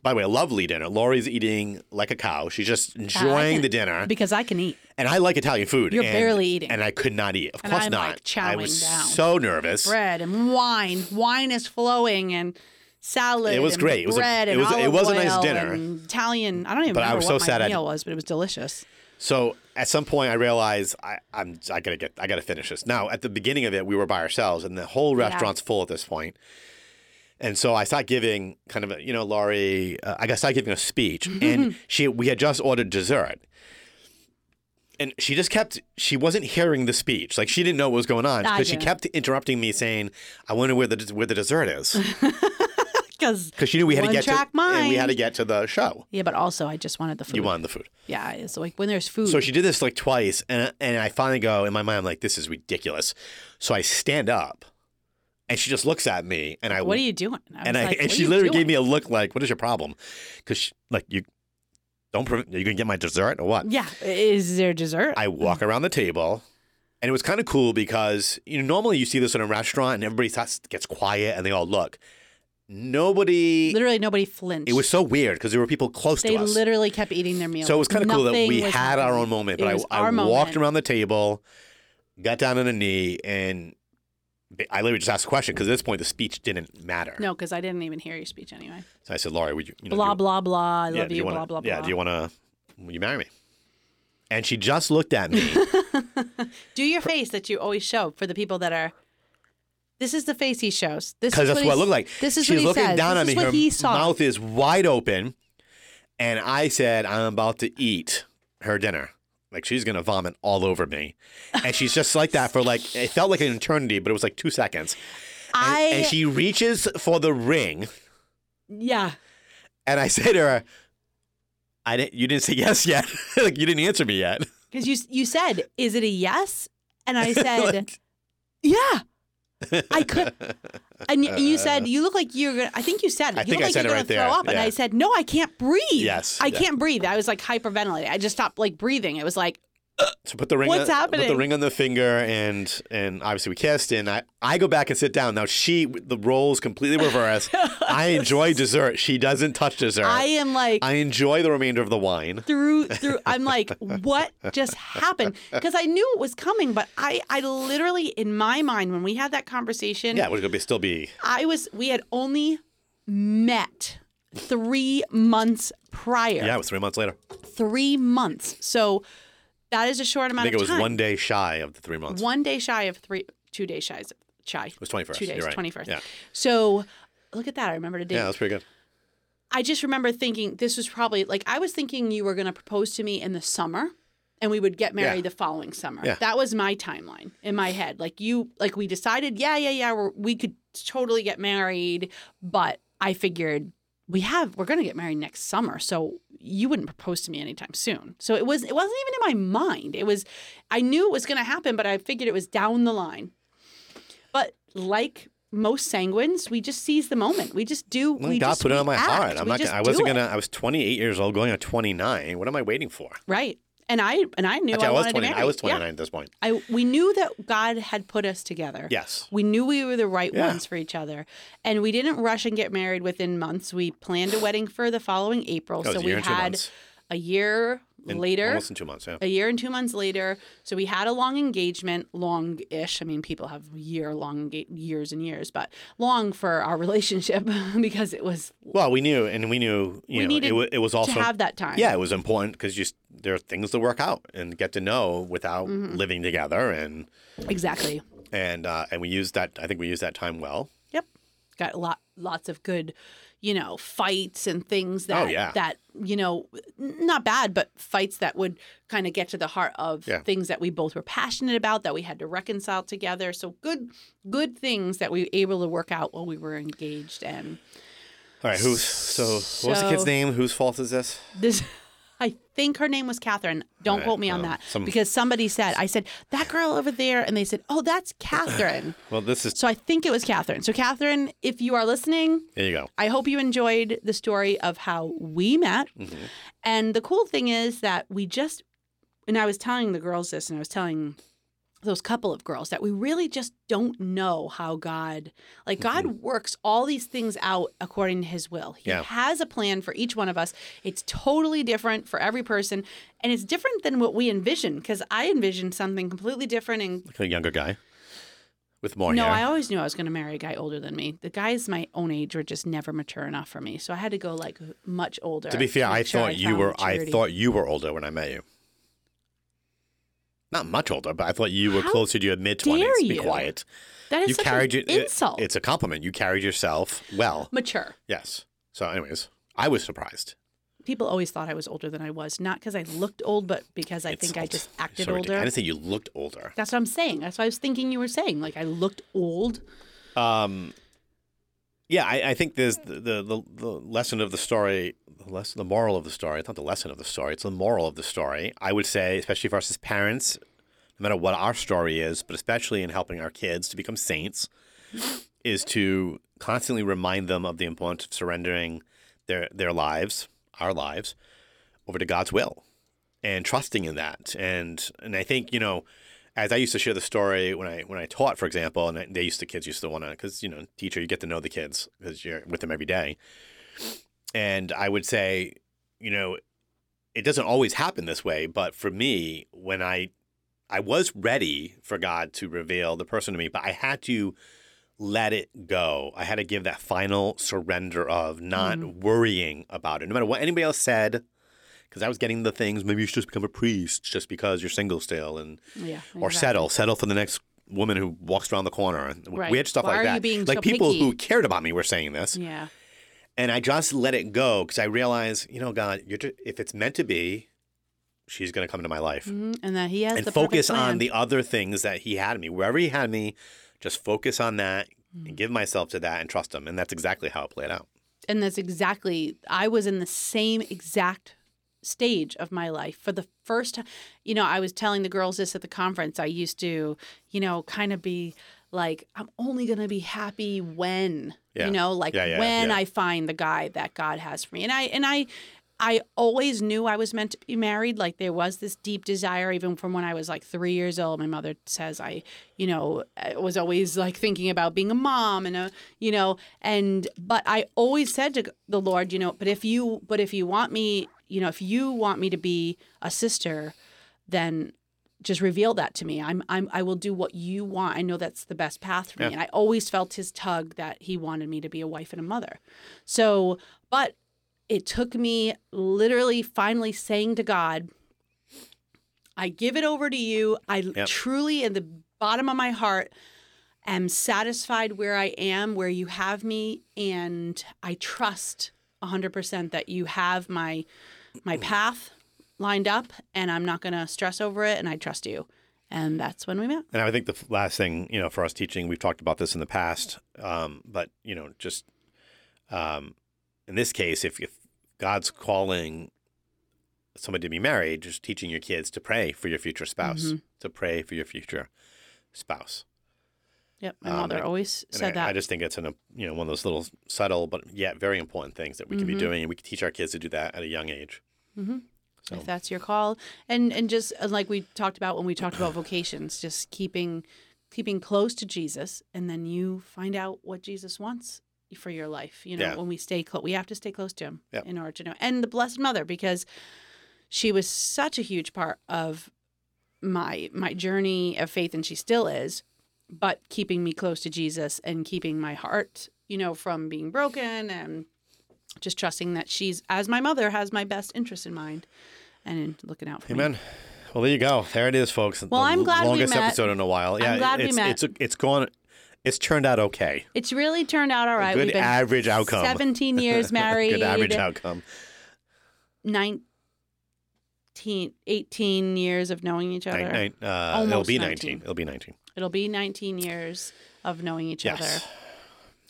S2: By the way, a lovely dinner. Lori's eating like a cow. She's just enjoying
S1: can-
S2: the dinner.
S1: Because I can eat.
S2: And I like Italian food.
S1: You're
S2: and-
S1: barely eating.
S2: And I could not eat. Of
S1: And
S2: course
S1: I'm,
S2: not.
S1: like,
S2: I
S1: chowing
S2: was
S1: down.
S2: so nervous.
S1: bread and wine. Wine is flowing and salad.
S2: It was
S1: and
S2: great. It was a-
S1: bread
S2: it
S1: and
S2: was- it
S1: olive
S2: was a nice
S1: oil
S2: dinner.
S1: and Italian. I don't even
S2: But I
S1: remember
S2: was so
S1: what
S2: sad I
S1: my meal was, but it was delicious.
S2: So at some point I realized I, I'm I gotta get I gotta finish this. Now at the beginning of it we were by ourselves and the whole restaurant's full at this point. And so I started giving kind of a, you know Laurie uh, I got started giving a speech
S1: Mm-hmm.
S2: and she we had just ordered dessert. And she just kept she wasn't hearing the speech like she didn't know what was going on
S1: I
S2: because she
S1: did.
S2: kept interrupting me saying I wonder where the where the dessert is
S1: Because
S2: because she knew we had to
S1: One
S2: get to
S1: track mind.
S2: and we had to get to the show.
S1: yeah, but also I just wanted the food.
S2: You wanted the food.
S1: Yeah, it's like when there's food.
S2: So she did this like twice, and and I finally go in my mind, I'm like, this is ridiculous. So I stand up, and she just looks at me, and I
S1: what are you doing? I
S2: and
S1: was
S2: I
S1: like,
S2: and
S1: "What are
S2: she
S1: you
S2: literally
S1: doing?"
S2: gave me a look like, what is your problem? Because like you don't prov- are you gonna get my dessert or what?
S1: Yeah, is there dessert?
S2: I walk around the table. And it was kind of cool because you know normally you see this in a restaurant and everybody starts, gets quiet and they all look. nobody.
S1: Literally, nobody flinched.
S2: It was so weird because there were people close
S1: They
S2: to us.
S1: literally kept eating their meal.
S2: So it was kind of cool that
S1: Nothing
S2: we
S1: was
S2: had our
S1: happening.
S2: own moment.
S1: It
S2: But I,
S1: was
S2: I
S1: our
S2: walked
S1: moment.
S2: around the table, got down on a knee, and ba- I literally just asked a question because at this point the speech didn't matter.
S1: No, because I didn't even hear your speech anyway.
S2: So I said, Laurie, would you, you know,
S1: Blah
S2: do,
S1: blah blah. I
S2: yeah,
S1: love
S2: do
S1: you.
S2: you
S1: blah
S2: wanna,
S1: blah
S2: yeah,
S1: blah.
S2: do you want to, will you marry me? And she just looked at me.
S1: Do your face that you always show for the people that are. This is the face he shows. This is
S2: because that's
S1: what
S2: what
S1: he-
S2: it looked like.
S1: This is
S2: She's
S1: what he
S2: looking
S1: says.
S2: down
S1: this
S2: at me.
S1: is what
S2: Her
S1: he saw.
S2: mouth is wide open, and I said, "I'm about to eat her dinner. Like she's gonna vomit all over me." And she's just like that for like it felt like an eternity, but it was like two seconds. And,
S1: I
S2: and she reaches for the ring,
S1: yeah.
S2: and I say to her, "I didn't. You didn't say yes yet. like you didn't answer me yet."
S1: Because you you said, "Is it a yes?" And I said,
S2: Like-
S1: "Yeah." I could, and y- you said you look like you're gonna. I think you said it.
S2: Uh, I
S1: you
S2: think
S1: look
S2: I
S1: like
S2: said
S1: you're
S2: it
S1: gonna
S2: right there,
S1: throw up, and
S2: yeah.
S1: I said no, I can't breathe.
S2: Yes,
S1: I
S2: yeah.
S1: can't breathe. I was like hyperventilating. I just stopped like breathing. It was like
S2: So put the ring.
S1: What's
S2: on, Put
S1: happening?
S2: the ring on the finger, and and obviously we kissed. And I I go back and sit down. Now she the roles completely reversed. I enjoy dessert. She doesn't touch dessert.
S1: I am like
S2: I enjoy the remainder of the wine.
S1: through through i'm like what just happened because i knew it was coming but i i literally in my mind when we had that conversation
S2: Yeah, it would be still be.
S1: i was we had only met three months prior
S2: Yeah, it was three months later.
S1: three months so that is a short
S2: I
S1: amount
S2: think
S1: of
S2: it was
S1: time
S2: one day shy of the three months.
S1: one day shy of three two days shy of shy
S2: it was twenty first.
S1: two days
S2: You're right.
S1: 21st
S2: Yeah,
S1: so look at that i remembered a date
S2: yeah, that's pretty good.
S1: I just remember thinking this was probably like I was thinking you were going to propose to me in the summer and we would get married
S2: Yeah.
S1: the following summer.
S2: Yeah.
S1: That was my timeline in my head. Like you like we decided, yeah, yeah, yeah, we're, we could totally get married, but I figured we have we're going to get married next summer, so you wouldn't propose to me anytime soon. So it was it wasn't even in my mind. It was I knew it was going to happen, but I figured it was down the line. But like most sanguines, we just seize the moment. We just do.
S2: Well,
S1: we
S2: God
S1: just,
S2: put it
S1: we
S2: on my
S1: act.
S2: heart. I'm
S1: We
S2: not.
S1: just
S2: Gonna, I
S1: do
S2: wasn't
S1: it.
S2: gonna. I was 28 years old, going on 29. What am I waiting for?
S1: Right. And I and I knew
S2: Actually,
S1: I,
S2: I was
S1: wanted
S2: 20.
S1: to marry.
S2: I was
S1: Yeah.
S2: 29 at this point.
S1: I we knew that God had put us together.
S2: Yes.
S1: We knew we were the right
S2: Yeah.
S1: ones for each other, and we didn't rush and get married within months. We planned a wedding for the following April,
S2: That was
S1: so
S2: a
S1: we
S2: year and two
S1: had
S2: months.
S1: a year
S2: In-
S1: later.
S2: almost in two months. Yeah.
S1: a year and two months later, so we had a long engagement, long-ish. I mean, people have year-long enga- years and years, but long for our relationship because it was
S2: Well, we knew, and we knew, you
S1: We
S2: know,
S1: needed
S2: it, wa- it was also
S1: to have that time.
S2: yeah, it was important because you s- there are things to work out and get to know without
S1: Mm-hmm.
S2: living together, and
S1: exactly.
S2: and uh, and we used that. I think we used that time well.
S1: Yep. Got lot lots of good, you know, fights and things that
S2: Oh, yeah.
S1: that you know, n- not bad, but fights that would kind of get to the heart of
S2: Yeah.
S1: things that we both were passionate about that we had to reconcile together. So good good things that we were able to work out while we were engaged and
S2: All right, who's so? What's the
S1: So-
S2: kid's name? Whose fault is this?
S1: this I think her name was Catherine. Don't
S2: right,
S1: quote me on
S2: well,
S1: that
S2: some-
S1: because somebody said I said that girl over there, and they said, "Oh, that's Catherine."
S2: Well, this is
S1: so I think it was Catherine. So Catherine, if you are listening,
S2: there. You go.
S1: I hope you enjoyed the story of how we met. And the cool thing is that we just, and I was telling the girls this, and I was telling those couple of girls that we really just don't know how God, like, God works all these things out according to his will. He
S2: Yeah.
S1: has a plan for each one of us. It's totally different for every person, and it's different than what we envision because I envisioned something completely different and
S2: Like a younger guy with more
S1: no,
S2: hair.
S1: I always knew I was going to marry a guy older than me. The guys my own age were just never mature enough for me, so I had to go like much older.
S2: to be fair, I
S1: make sure
S2: thought you
S1: found
S2: were. I
S1: maturity.
S2: thought you were older when I met you. Not much older, but I thought you were
S1: How
S2: closer to your mid twenties. Be
S1: you?
S2: quiet.
S1: that is
S2: you
S1: such
S2: carried
S1: an
S2: your it-
S1: insult.
S2: it's a compliment. You carried yourself well.
S1: mature.
S2: Yes. So, anyways, I was surprised.
S1: People always thought I was older than I was, not because I looked old, but because I think I
S2: Insult.
S1: just
S2: You're
S1: acted
S2: so ridiculous. I
S1: older.
S2: didn't say you looked older.
S1: That's what I'm saying. That's what I was thinking you were saying. Like I looked old.
S2: Um, yeah, I, I think there's the, the, the, the lesson of the story, the, lesson, the moral of the story. It's not the lesson of the story, it's the moral of the story. I would say, especially for us as parents, no matter what our story is, but especially in helping our kids to become saints, is to constantly remind them of the importance of surrendering their, their lives, our lives, over to God's will and trusting in that. And, and I think, you know, as I used to share the story when I when I taught, for example, and I- they used to kids used to want to because you know teacher you get to know the kids because you're with them every day, and I would say, you know, it doesn't always happen this way, but for me, when I I was ready for God to reveal the person to me, but I had to let it go. I had to give that final surrender of not worrying about it, no matter what anybody else said. Because I was getting the things, maybe you should just become a priest just because you're single still, and
S1: Yeah.
S2: or settle, settle for the next woman who walks around the corner, and w-
S1: Right.
S2: weird stuff
S1: Why
S2: like
S1: are
S2: that.
S1: you being
S2: like
S1: so
S2: people
S1: picky?
S2: who cared about me were saying this,
S1: Yeah.
S2: and I just let it go because I realized, you know, God, you're just, if it's meant to be, she's going to come into my life,
S1: Mhm. And that he has
S2: and
S1: the perfect
S2: focus
S1: plan.
S2: on the other things that He had me, wherever He had me, just focus on that.
S1: Mm.
S2: And give myself to that and trust him, and that's exactly how it played out.
S1: and that's exactly i was in the same exact stage of my life for the first time you know i was telling the girls this at the conference i used to you know kind of be like i'm only going to be happy when
S2: Yeah.
S1: you know like
S2: Yeah, yeah,
S1: when
S2: yeah.
S1: i find the guy that god has for me and i and i i always knew i was meant to be married like there was this deep desire even from when i was like 3 years old my mother says i you know I was always like thinking about being a mom and a you know and but i always said to the lord you know but if you but if you want me you know if you want me to be a sister then just reveal that to me i'm, I'm i will do what you want i know that's the best path for me and i always felt his tug that he wanted me to be a wife and a mother so but it took me literally finally saying to god i give it over to you i truly in the bottom of my heart am satisfied where I am, where you have me, and I trust 100% that you have my my path lined up and I'm not going to stress over it and I trust you. And that's when we met.
S2: And I think the f- last thing, you know, for us teaching, we've talked about this in the past, um, but you know, just um, in this case, if, if God's calling somebody to be married, just teaching your kids to pray for your future spouse,
S1: Mm-hmm.
S2: to pray for your future spouse.
S1: Yep, my
S2: Um,
S1: mother
S2: and-
S1: always
S2: And
S1: said
S2: I,
S1: that.
S2: I just think it's an you know one of those little subtle but yet very important things that we can be
S1: Mm-hmm.
S2: doing, and we can teach our kids to do that at a young age.
S1: if that's your call and and just and like we talked about when we talked about vocations just keeping keeping close to jesus and then you find out what jesus wants for your life you know
S2: Yeah.
S1: when we stay close we have to stay close to him
S2: Yep.
S1: in order to know and the blessed mother because she was such a huge part of my my journey of faith and she still is but keeping me close to jesus and keeping my heart you know from being broken and just trusting that she's as my mother has my best interest in mind and in looking out for me.
S2: Amen. Well, there you go. There it is, folks.
S1: Well, I'm glad we
S2: longest
S1: met.
S2: episode in a while. Yeah,
S1: glad we
S2: it's,
S1: met.
S2: It's it's gone. It's turned out okay.
S1: It's really turned out all right.
S2: good average outcome.
S1: 17 years married.
S2: Good average outcome.
S1: 19, 18 years of knowing each other.
S2: Nine, nine, uh, it'll
S1: Almost
S2: be 19.
S1: 19.
S2: It'll be 19.
S1: It'll be 19 years of knowing each
S2: Yes.
S1: other.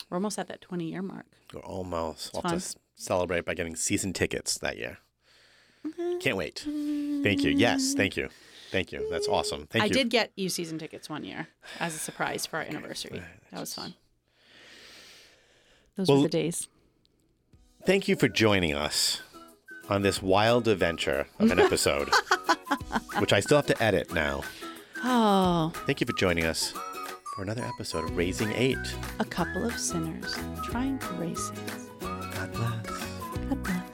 S1: We're almost at that 20 year mark.
S2: We're almost. We'll
S1: fun.
S2: have to s- celebrate by getting season tickets that year.
S1: Mm-hmm.
S2: Can't wait. Thank you. Yes. Thank you. Thank you. That's awesome. Thank
S1: I
S2: you.
S1: did get you season tickets one year as a surprise for our anniversary. That was fun. Those
S2: Well,
S1: were the days.
S2: Thank you for joining us on this wild adventure of an episode, which I still have to edit now.
S1: Oh,
S2: Thank you for joining us for another episode of Raising Eight.
S1: a couple of sinners trying to raise saints.
S2: God bless.
S1: God bless.